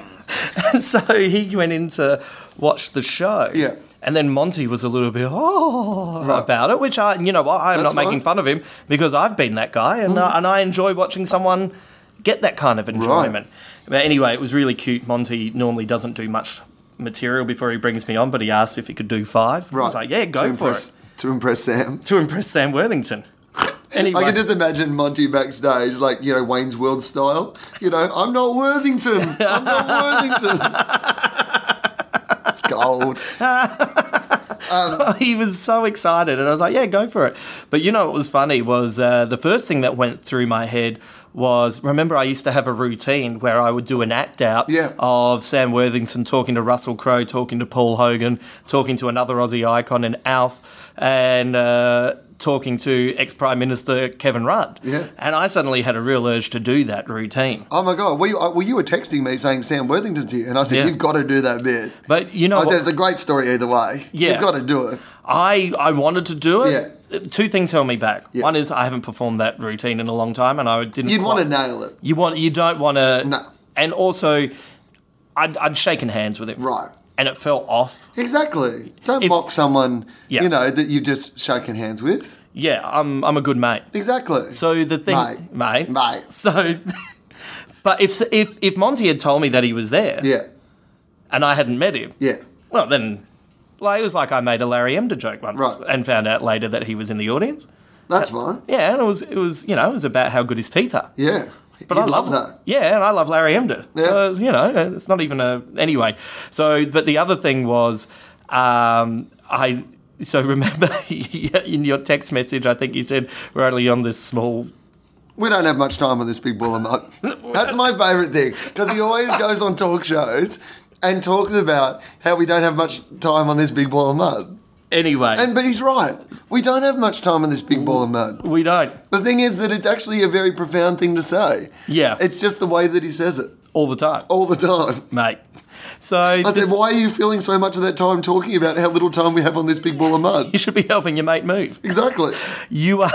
and so he went in to watch the show.
Yeah.
And then Monty was a little bit oh
Right.
about it, which I, you know, what I am
That's
not making
fine. Mm.
fun of him because I've been that guy, and uh, and I enjoy watching someone get that kind of enjoyment. But anyway, it was really cute. Monty normally doesn't do much material before he brings me on, but he asked if he could do five. I was like, yeah, go
to
for
impress,
it
To impress Sam.
to impress Sam Worthington. Anyway,
I can just imagine Monty backstage, like, you know, Wayne's World style. You know, I'm not Worthington. I'm not Worthington. it's gold.
he was so excited, and I was like, "Yeah, go for it." But you know what was funny was uh, the first thing that went through my head was remember I used to have a routine where I would do an act out
Yeah.
of Sam Worthington talking to Russell Crowe, talking to Paul Hogan, talking to another Aussie icon and Alf, and. Uh, Talking to ex Prime Minister Kevin Rudd.
Yeah.
And I suddenly had a real urge to do that routine.
Oh my God. Well, you, well, you were texting me saying Sam Worthington's here. And I said,
Yeah.
you've got to do that bit.
But you know,
I
what-
said, it's a great story either way.
Yeah.
You've got to do it.
I I wanted to do it.
Yeah.
Two things held me back.
Yeah.
One is I haven't performed that routine in a long time, and I didn't.
You'd want to
quite-
nail it.
You want you don't want to.
No.
And also, I'd, I'd shaken hands with him.
Right.
And it felt off.
Exactly. Don't
If-
mock someone,
Yeah.
you know, that you've just shaken hands with.
Yeah, I'm I'm a good mate.
Exactly.
So the thing,
Mate.
mate,
Mate.
So, but if if if Monty had told me that he was there,
Yeah.
and I hadn't met him,
Yeah.
well then, like it was like I made a Larry Emder joke once,
Right.
and found out later that he was in the audience.
That's fine.
Yeah, and it was it was you know it was about how good his teeth are.
Yeah.
But
You'd
I love that. Yeah, and I love Larry Emder.
Yeah.
So it's, you know, it's not even a anyway. So, but the other thing was, um, I so remember in your text message, I think you said we're only on this small.
We don't have much time on this big ball of mud. That's my favourite thing because he always goes on talk shows and talks about how we don't have much time on this big ball of mud.
Anyway,
And but he's right. We don't have much time on this big ball of mud.
we don't
The thing is that it's actually a very profound thing to say.
Yeah.
It's just the way that he says it
all the time,
all the time.
mate. So
I said,
this-
why are you feeling so much of that time talking about how little time we have on this big ball of mud?
you should be helping your mate move.
Exactly.
You are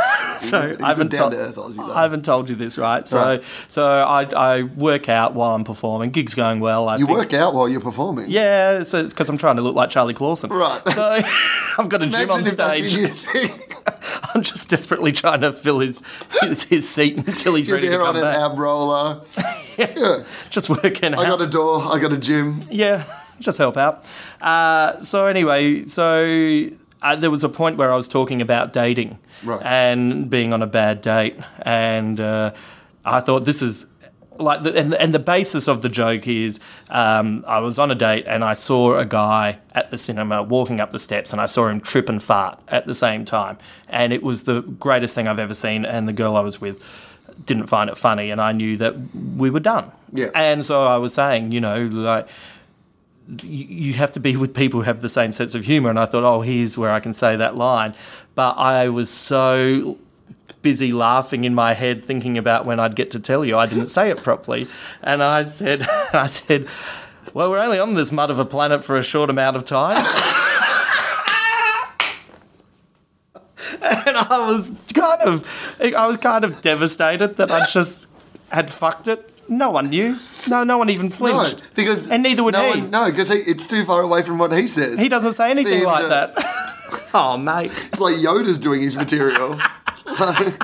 so.
He's a
I haven't told.
down-to-earth Aussie, though.
I haven't told you this, right? So,
Right.
so I, I work out while I'm performing. Gigs going well. I
You
think-
work out while you're performing.
Yeah, so it's because I'm trying to look like Charlie Clauson.
Right.
So I've got a gym
Imagine
on
if that's your
stage.
thing.
I'm just desperately trying to fill his his, his seat until he's
You're
ready to
there on
come
an
back.
ab roller. yeah.
Just working
I
out.
got a door. I got a gym.
Yeah, just help out. Uh, so anyway, so uh, there was a point where I was talking about dating
Right.
and being on a bad date, and uh, I thought this is like, the, and and the basis of the joke is um, I was on a date and I saw a guy at the cinema walking up the steps, and I saw him trip and fart at the same time, and it was the greatest thing I've ever seen, and the girl I was with. Didn't find it funny, and I knew that we were done.
Yeah.
And so I was saying, you know, like you, you have to be with people who have the same sense of humor. And I thought, oh, here's where I can say that line. But I was so busy laughing in my head, thinking about when I'd get to tell you, I didn't say it properly. And I said, I said, well, we're only on this mud of a planet for a short amount of time. and I was kind of, I was kind of devastated that I just had fucked it. No one knew. No, no one even
No,
flinched.
because
and neither would
no
he.
one- no, because it's too far away from what he says.
He doesn't say anything
Themed
like
it.
that. oh, mate.
It's like Yoda's doing his material.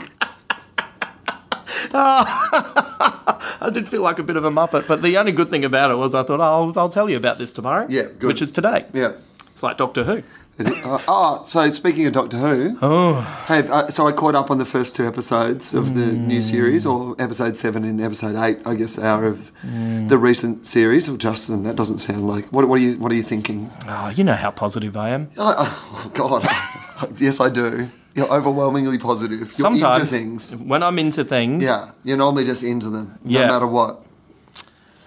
I did feel like a bit of a muppet, but the only good thing about it was I thought, oh, I'll, I'll tell you about this tomorrow.
Yeah, good.
Which is today.
yeah.
It's like Doctor Who.
Uh, oh, so speaking of Doctor Who, oh, hey, uh, so I caught up on the first two episodes of the
Hmm.
new series, or episode seven and episode eight, I guess, hour of
Hmm.
the recent series. Well, Justin, that doesn't sound like what? What are you? What are you thinking?
Oh, you know how positive I am.
Oh, oh God, yes, I do. You're overwhelmingly positive. You're into
Sometimes
things.
when I'm into things,
Yeah, you're normally just into them,
Yeah.
no matter what.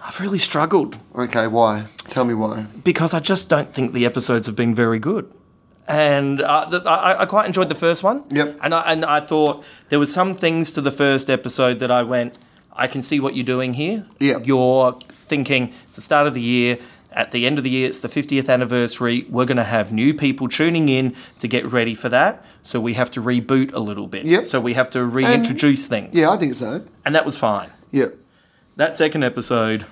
I've really struggled
Okay, why? Tell me why.
because I just don't think the episodes have been very good. And uh, th- I, I quite enjoyed the first one.
Yep.
And I, and I thought there was some things to the first episode that I went, I can see what you're doing here.
Yeah.
You're thinking it's the start of the year. At the end of the year, it's the 50th anniversary. We're going to have new people tuning in to get ready for that. So we have to reboot a little bit.
Yep.
So we have to reintroduce things.
Yeah, I think so.
And that was fine.
Yeah.
That second episode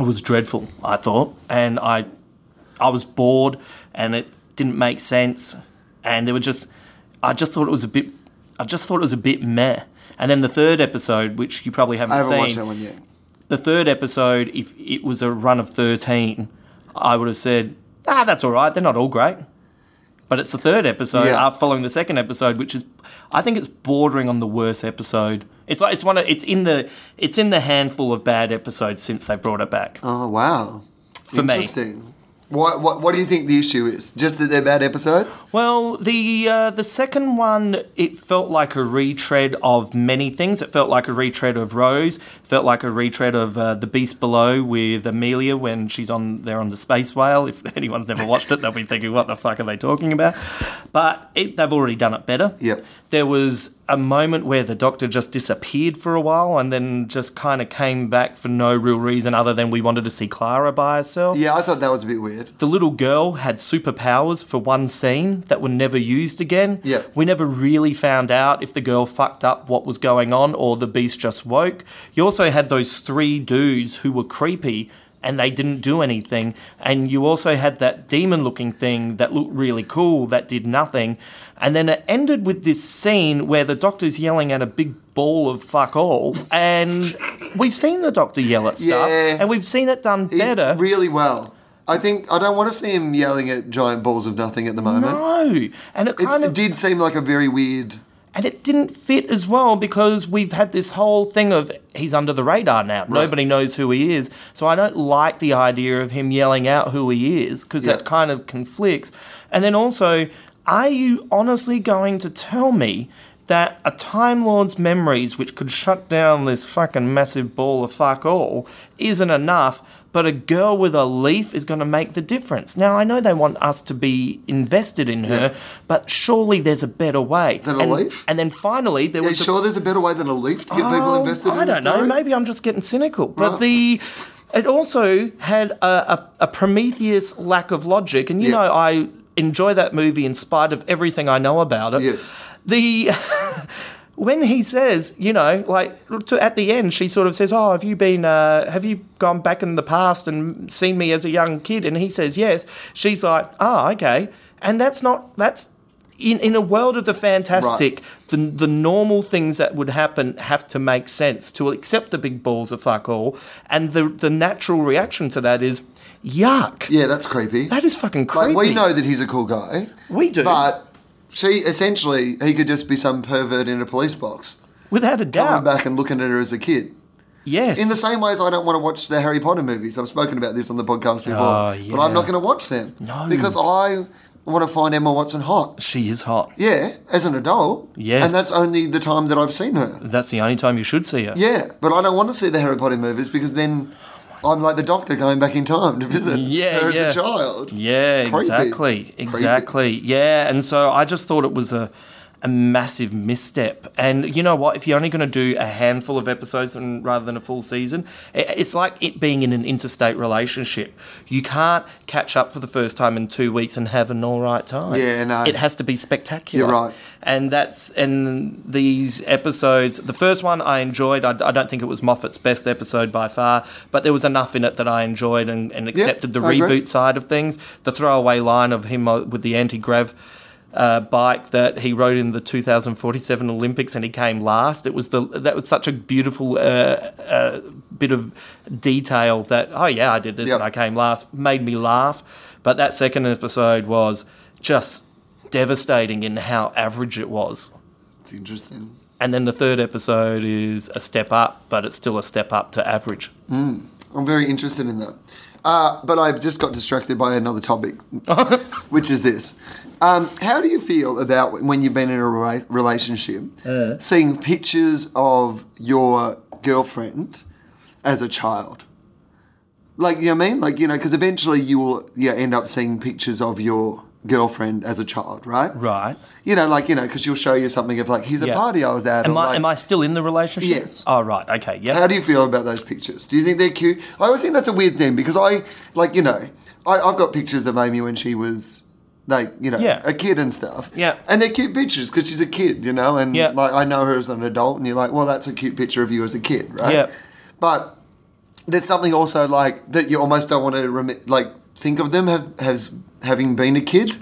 was dreadful, I thought, and I I was bored and it didn't make sense and there were just I just thought it was a bit I just thought it was a bit meh. And then the third episode, which you probably haven't,
I haven't
seen,
watched that one yet.
the third episode, if it was a run of 13, I would have said, ah, that's all right. They're not all great. But it's the third episode
Yeah.
after following the second episode, which is, I think it's bordering on the worst episode. It's like it's one. Of, it's in the it's in the handful of bad episodes since they brought it back.
Oh wow.
For me.
Interesting. What, what what do you think the issue is? Just that they're bad episodes?
Well, the uh, the second one, it felt like a retread of many things. It felt like a retread of Rose. Felt like a retread of uh, The Beast Below with Amelia when she's on there on the space whale. If anyone's never watched it, they'll be thinking, "What the fuck are they talking about?" But it, they've already done it better.
Yep.
There was a moment where the doctor just disappeared for a while and then just kind of came back for no real reason other than we wanted to see Clara by herself.
Yeah, I thought that was a bit weird.
The little girl had superpowers for one scene that were never used again.
Yeah.
We never really found out if the girl fucked up what was going on or the beast just woke. You also had those three dudes who were creepy and they didn't do anything. And you also had that demon looking thing that looked really cool that did nothing. And then it ended with this scene where the doctor's yelling at a big ball of fuck all. And we've seen the doctor yell at stuff.
Yeah.
And we've seen it done
He-
better.
Really well. I think I don't want to see him yelling at giant balls of nothing at the moment.
No, and it
It's,
kind
it
of
did seem like a very weird.
and it didn't fit as well because we've had this whole thing of he's under the radar now. Nobody knows who he is, so I don't like the idea of him yelling out who he is because
Yeah.
that kind of conflicts. And then also, are you honestly going to tell me? That a Time Lord's memories, which could shut down this fucking massive ball of fuck all, isn't enough, but a girl with a leaf is going to make the difference. Now, I know they want us to be invested in her, but surely there's a better way.
Than a
And-
leaf?
And then finally, there
Are you
was. a-
sure there's a better way than a leaf to get people
Oh,
invested in
I
the
don't know.
story?
Maybe I'm just getting cynical. But
Right.
the. It also had a, a, a Prometheus lack of logic. And you
Yeah.
know, I enjoy that movie in spite of everything I know about it.
Yes.
The. When he says, you know, like to, at the end, she sort of says, "Oh, have you been? Uh, have you gone back in the past and seen me as a young kid?" And he says, "Yes." She's like, "Ah, okay." And that's not that's in in a world of the fantastic, the the normal things that would happen have to make sense to accept the big balls of fuck all, and the the natural reaction to that is yuck.
Yeah, that's creepy.
That is fucking creepy.
Like, we know that he's a cool guy.
We do.
But she essentially he could just be some pervert in a police box
without a
coming
doubt.
back and looking at her as a kid.
Yes,
In the same ways, I don't want to watch the Harry Potter movies. I've spoken about this on the podcast before,
Oh,
but I'm
yeah.
not going to watch them
No.
because I want to find Emma Watson hot.
she is hot.
Yeah, as an adult.
Yes.
and that's only the time that I've seen her.
That's the only time you should see her.
Yeah, but I don't want to see the Harry Potter movies because then I'm like the Doctor going back in time to visit
Yeah,
her
yeah.
as a child.
Yeah,
Creepy.
exactly.
Creepy.
Exactly. Yeah. And so I just thought it was a, a massive misstep. And you know what? If you're only going to do a handful of episodes and rather than a full season, i- it's like it being in an interstate relationship. You can't catch up for the first time in two weeks and have an all right time.
Yeah, no.
It has to be spectacular.
You're right.
And that's and these episodes. The first one I enjoyed. I, I don't think it was Moffat's best episode by far, but there was enough in it that I enjoyed and, and accepted the
I
reboot
agree.
side of things. The throwaway line of him uh, with the anti-grav uh, bike that he rode in the 2047 Olympics and he came last. It was the that was such a beautiful uh, uh, bit of detail that oh yeah I did this
Yep.
and I came last made me laugh. But that second episode was just devastating in how average it was.
It's interesting.
And then the third episode is a step up, but it's still a step up to average.
I'm very interested in that. Uh, but I've just got distracted by another topic, which is this. Um, how do you feel about when you've been in a rela- relationship
Uh.
seeing pictures of your girlfriend as a child? Like, you know what I mean? Like, you know, because eventually you will yeah, end up seeing pictures of your girlfriend as a child, right?
Right.
You know, like, you know, because she'll show you something of like, here's a
Yeah.
party I was at.
Am
or
I,
like,
am I still in the relationship?
Yes.
Oh, right. Okay. Yeah.
how do you feel about those pictures? Do you think they're cute? I always think that's a weird thing because I, like, you know, I, I've got pictures of Amy when she was, like, you know,
Yeah.
a kid and stuff.
Yeah.
And they're cute pictures because she's a kid, you know, and
Yeah.
like I know her as an adult, and you're like, well, that's a cute picture of you as a kid, right?
Yeah.
But there's something also like that you almost don't want to remi- like think of them have, as having been a kid.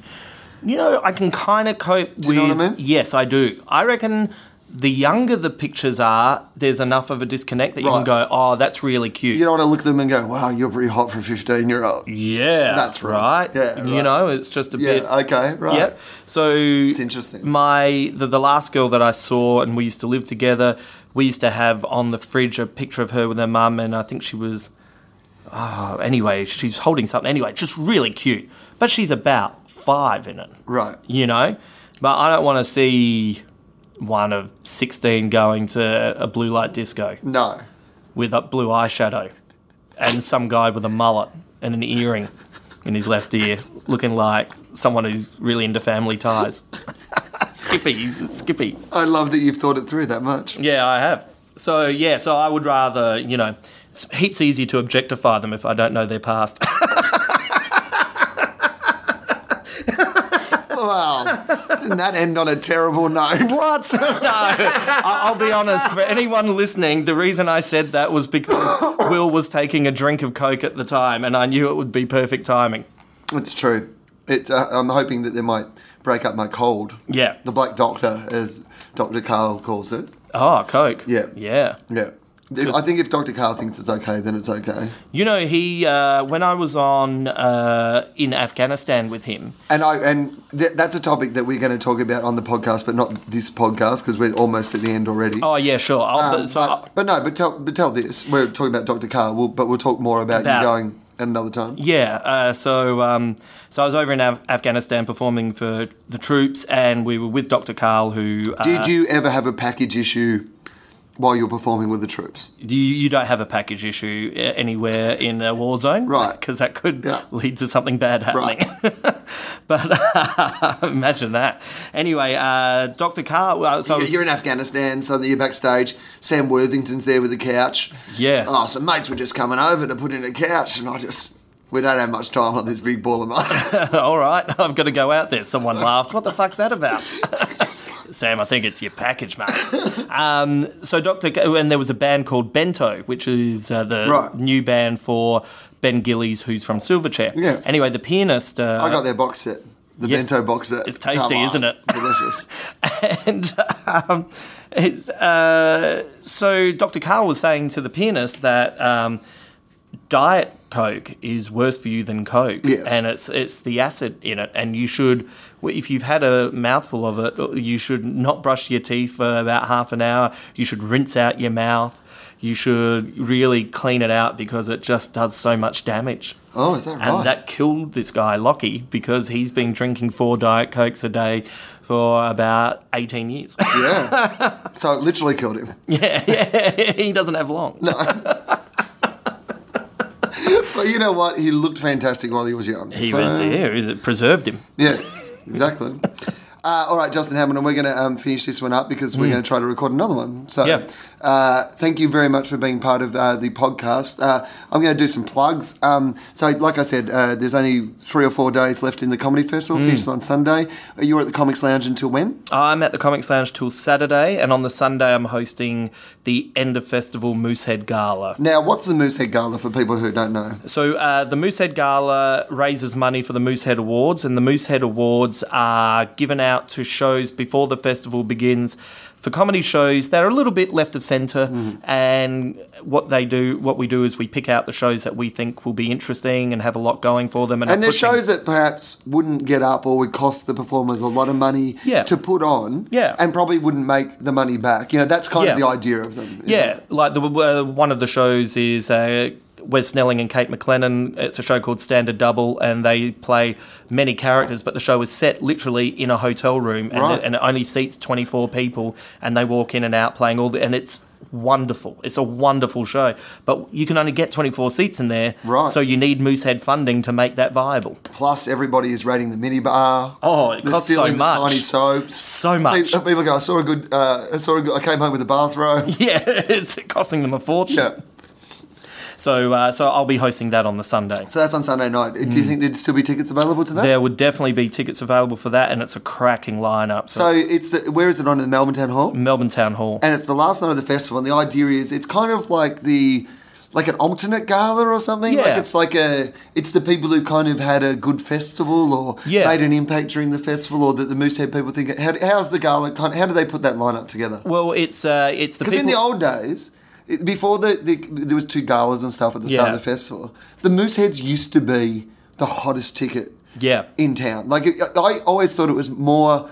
You know, I can kind of cope
you
with.
know what I mean?
Yes, I do. I reckon the younger the pictures are, there's enough of a disconnect that you can
Right.
go, oh, that's really cute.
You don't want to look at them and go, wow, you're pretty hot for a 15 year old.
yeah.
That's right. Yeah,
You
right.
know, it's just a
Yeah.
bit.
Okay. Right.
Yeah. So it's
interesting.
My the, the last girl that I saw and we used to live together, we used to have on the fridge a picture of her with her mum and I think she was oh, anyway, she's holding something anyway, just really cute. But she's about five in it.
Right.
You know? But I don't wanna see one of sixteen going to a blue light disco
No.
with a blue eyeshadow and some guy with a mullet and an earring in his left ear looking like someone who's really into family ties. Skippy, he's a Skippy.
I love that you've thought it through that much.
Yeah, I have. So, yeah, so I would rather, you know, it's heaps easier to objectify them if I don't know their past.
Wow. Didn't that end on a terrible note? What?
I- I'll be honest, for anyone listening, the reason I said that was because Will was taking a drink of Coke at the time and I knew it would be perfect timing.
it's true. It, uh, I'm hoping that they might break up my cold.
Yeah.
The Black Doctor, as Dr. Carl calls it.
Oh, Coke.
Yeah.
Yeah.
Yeah. If- I think if Dr. Carl thinks it's okay, then it's okay.
You know, he uh, when I was on uh, in Afghanistan with him.
And I and th- that's a topic that we're going to talk about on the podcast, but not this podcast because we're almost at the end already.
Oh yeah, sure. I'll,
Um,
but, so
but, but no, but tell, but tell this. We're talking about Dr. Carl, we'll, but we'll talk more about,
About-
you going at another time.
yeah, uh, so um, so I was over in Af- Afghanistan performing for the troops, and we were with Dr. Carl, who uh,
Did you ever have a package issue while you're performing with the troops?
you, you don't have a package issue uh, anywhere in a war zone,
Right.
Because that could
Yeah.
lead to something bad happening.
Right.
but imagine that. Anyway, uh, Dr. Carl. Uh, so I
You're,
was-
you're in Afghanistan, suddenly you're backstage. Sam Worthington's there with a couch.
Yeah.
Oh, some mates were just coming over to put in a couch, and I just, we don't have much time on this big ball of mine.
all right, I've got to go out there. Someone laughs. What the fuck's that about? Sam, I think it's your package, mate. um, so, Doctor, and there was a band called Bento, which is uh, the
Right.
new band for Ben Gillies, who's from Silverchair.
Yeah.
Anyway, the pianist. Uh,
I got their box set, the
Yes.
bento box set.
It's tasty,
Come on.
isn't it?
Delicious.
and um, it's, uh, so Dr. Carl was saying to the pianist that um, diet coke is worse for you than coke,
Yes.
and it's it's the acid in it, and you should if you've had a mouthful of it, you should not brush your teeth for about half an hour. You should rinse out your mouth. You should really clean it out because it just does so much damage.
Oh, is that
And
right?
that killed this guy, Lockie, because he's been drinking four Diet Cokes a day for about 18 years.
yeah. So it literally killed him.
yeah, yeah, he doesn't have long.
But you know what? He looked fantastic while he was young.
He
So-
was, yeah, it preserved him.
Yeah, exactly. Uh, all right, Justin Hammond, and we're going to um, finish this one up because we're going to try to record another one. So,
Mm. Yeah.
uh, thank you very much for being part of uh, the podcast. Uh, I'm going to do some plugs. Um, so, like I said, uh, there's only three or four days left in the comedy
Mm.
festival. Finishes on Sunday. Are you at the Comics Lounge until when?
I'm at the Comics Lounge till Saturday, and on the Sunday, I'm hosting the End of Festival Moosehead Gala.
Now, what's the Moosehead Gala for people who don't know?
So uh, the Moosehead Gala raises money for the Moosehead Awards, and the Moosehead Awards are given out out to shows before the festival begins for comedy shows that are a little bit left of centre.
Mm-hmm.
And what they do, what we do is we pick out the shows that we think will be interesting and have a lot going for them. And,
And
are
there's
pushing-
shows that perhaps wouldn't get up or would cost the performers a lot of money
Yeah.
to put on
Yeah.
and probably wouldn't make the money back. You know, that's kind of
Yeah.
the idea of them. isn't
Yeah, like the uh, one of the shows is uh, Wes Snelling and Kate McLennan. It's a show called Standard Double, and they play many characters, but the show is set literally in a hotel room, and,
Right.
it, and it only seats twenty four people, and they walk in and out playing all the, and it's wonderful. It's a wonderful show, but you can only get twenty four seats in there,
Right.
So you need Moosehead funding to make that viable.
Plus, everybody is rating the minibar.
Oh, it
They're
costs so
stealing the
much.
tiny soaps.
So much.
People, people go, I saw a good, uh, I saw a good, I came home with a bathrobe.
Yeah, it's costing them a fortune.
yeah.
So, uh, so I'll be hosting that on the Sunday.
So that's on Sunday night. Do you think there'd still be tickets available to that?
Mm. There would definitely be tickets available for that, and it's a cracking lineup. So,
So it's the, where is it on in the Melbourne Town Hall?
Melbourne Town Hall.
and it's the last night of the festival. And the idea is it's kind of like the like an alternate gala or something. Like
Yeah.
it's like a it's the people who kind of had a good festival or
Yeah.
made an impact during the festival or that the Moosehead people think. How, how's the gala? Kind how do they put that lineup together?
well, it's uh, it's the
Because
people.
in the old days. it- Before the, the there was two galas and stuff at the start
Yeah.
of the festival. The Mooseheads used to be the hottest ticket
yeah,
in town. Like it, I always thought it was more.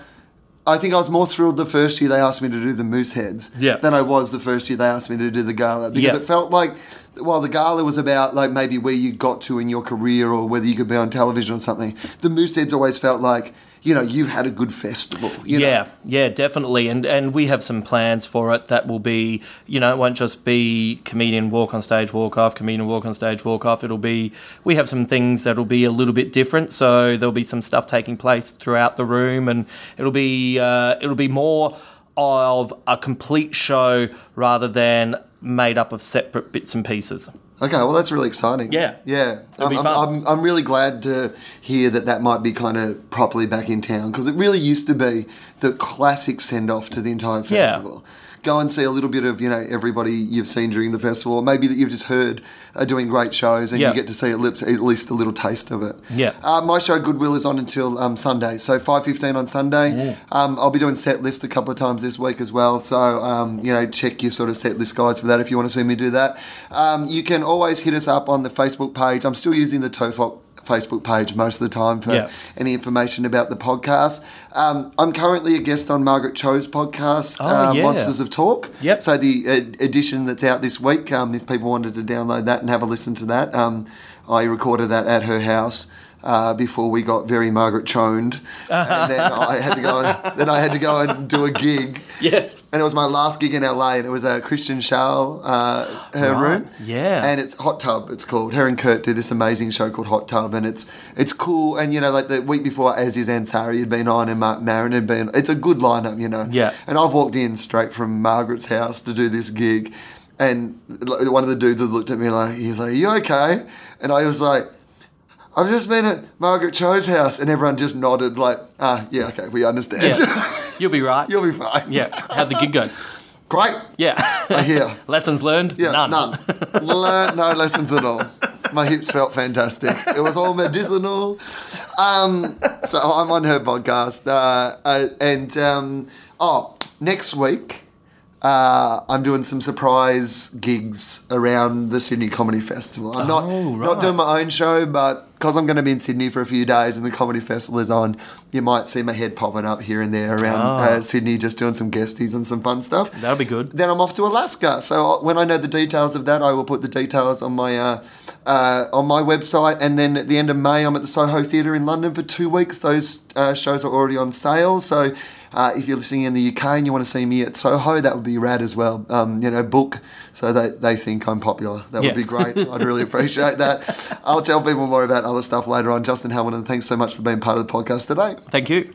I think I was more thrilled the first year they asked me to do the moose heads
Yeah.
than I was the first year they asked me to do the gala because
Yeah.
it felt like while the gala was about like maybe where you got to in your career or whether you could be on television or something, the moose heads always felt like you know you've had a good festival. You know?
yeah, yeah, definitely. And and we have some plans for it that will be, you know, it won't just be comedian walk on stage, walk off, comedian walk on stage, walk off. It'll be we have some things that'll be a little bit different. So there'll be some stuff taking place throughout the room, and it'll be uh, it'll be more of a complete show rather than made up of separate bits and pieces.
Okay, well, that's really exciting.
Yeah.
yeah.
It'll
I'm,
be
I'm,
fun.
I'm, I'm really glad to hear that that might be kind of properly back in town because it really used to be the classic send off to the entire
Yeah.
festival. Go and see a little bit of you know everybody you've seen during the festival, or maybe that you've just heard are doing great shows, and
Yeah.
you get to see at least, at least a little taste of it.
Yeah.
Uh, my show Goodwill is on until um, Sunday, so five fifteen on Sunday.
Mm.
Um, I'll be doing set list a couple of times this week as well. So um, you know, check your sort of set list guides for that if you want to see me do that. Um, you can always hit us up on the Facebook page. I'm still using the TOEFOP Facebook page most of the time for
Yeah.
any information about the podcast. Um, I'm currently a guest on Margaret Cho's podcast,
Oh,
uh,
yeah.
Monsters of Talk.
Yep.
So the uh, edition that's out this week, um, if people wanted to download that and have a listen to that, um, I recorded that at her house. Uh, before we got very Margaret choned, and then I had to go. And, then I had to go and do a gig,
Yes.
and it was my last gig in LA, and it was a Christian Schall, uh, her room,
yeah.
and it's Hot Tub. It's called. Her and Kurt do this amazing show called Hot Tub, and it's it's cool. And you know, like the week before, Aziz Ansari had been on, and Mark Maron had been. It's a good lineup, you know.
Yeah.
And I've walked in straight from Margaret's house to do this gig, and like, one of the dudes has looked at me like he's like, "You okay?" And I was like. I've just been at Margaret Cho's house, and everyone just nodded, like, ah, yeah, okay, we understand.
Yeah. You'll be right.
You'll be fine.
yeah. How'd the gig go?
Great.
Yeah.
I hear.
Lessons learned?
Yeah, none. Le- no lessons at all. My hips felt fantastic. It was all medicinal. Um, so I'm on her podcast. Uh, uh, and um, oh, next week, uh, I'm doing some surprise gigs around the Sydney Comedy Festival. I'm not,
Oh,
not
right.
doing my own show, but because I'm going to be in Sydney for a few days and the Comedy Festival is on, you might see my head popping up here and there around uh, Sydney just doing some guesties and some fun stuff
Ah. That'll be good.
then I'm off to Alaska. So uh, when I know the details of that, I will put the details on my uh, uh, on my website. And then at the end of May, I'm at the Soho Theatre in London for two weeks. Those uh, shows are already on sale. So uh, if you're listening in the UK and you want to see me at Soho, that would be rad as well. Um, you know, book so they, they think I'm popular. That
Yeah.
would be great. I'd really appreciate that. I'll tell people more about other stuff later on. Justin Hamilton, thanks so much for being part of the podcast today.
Thank you.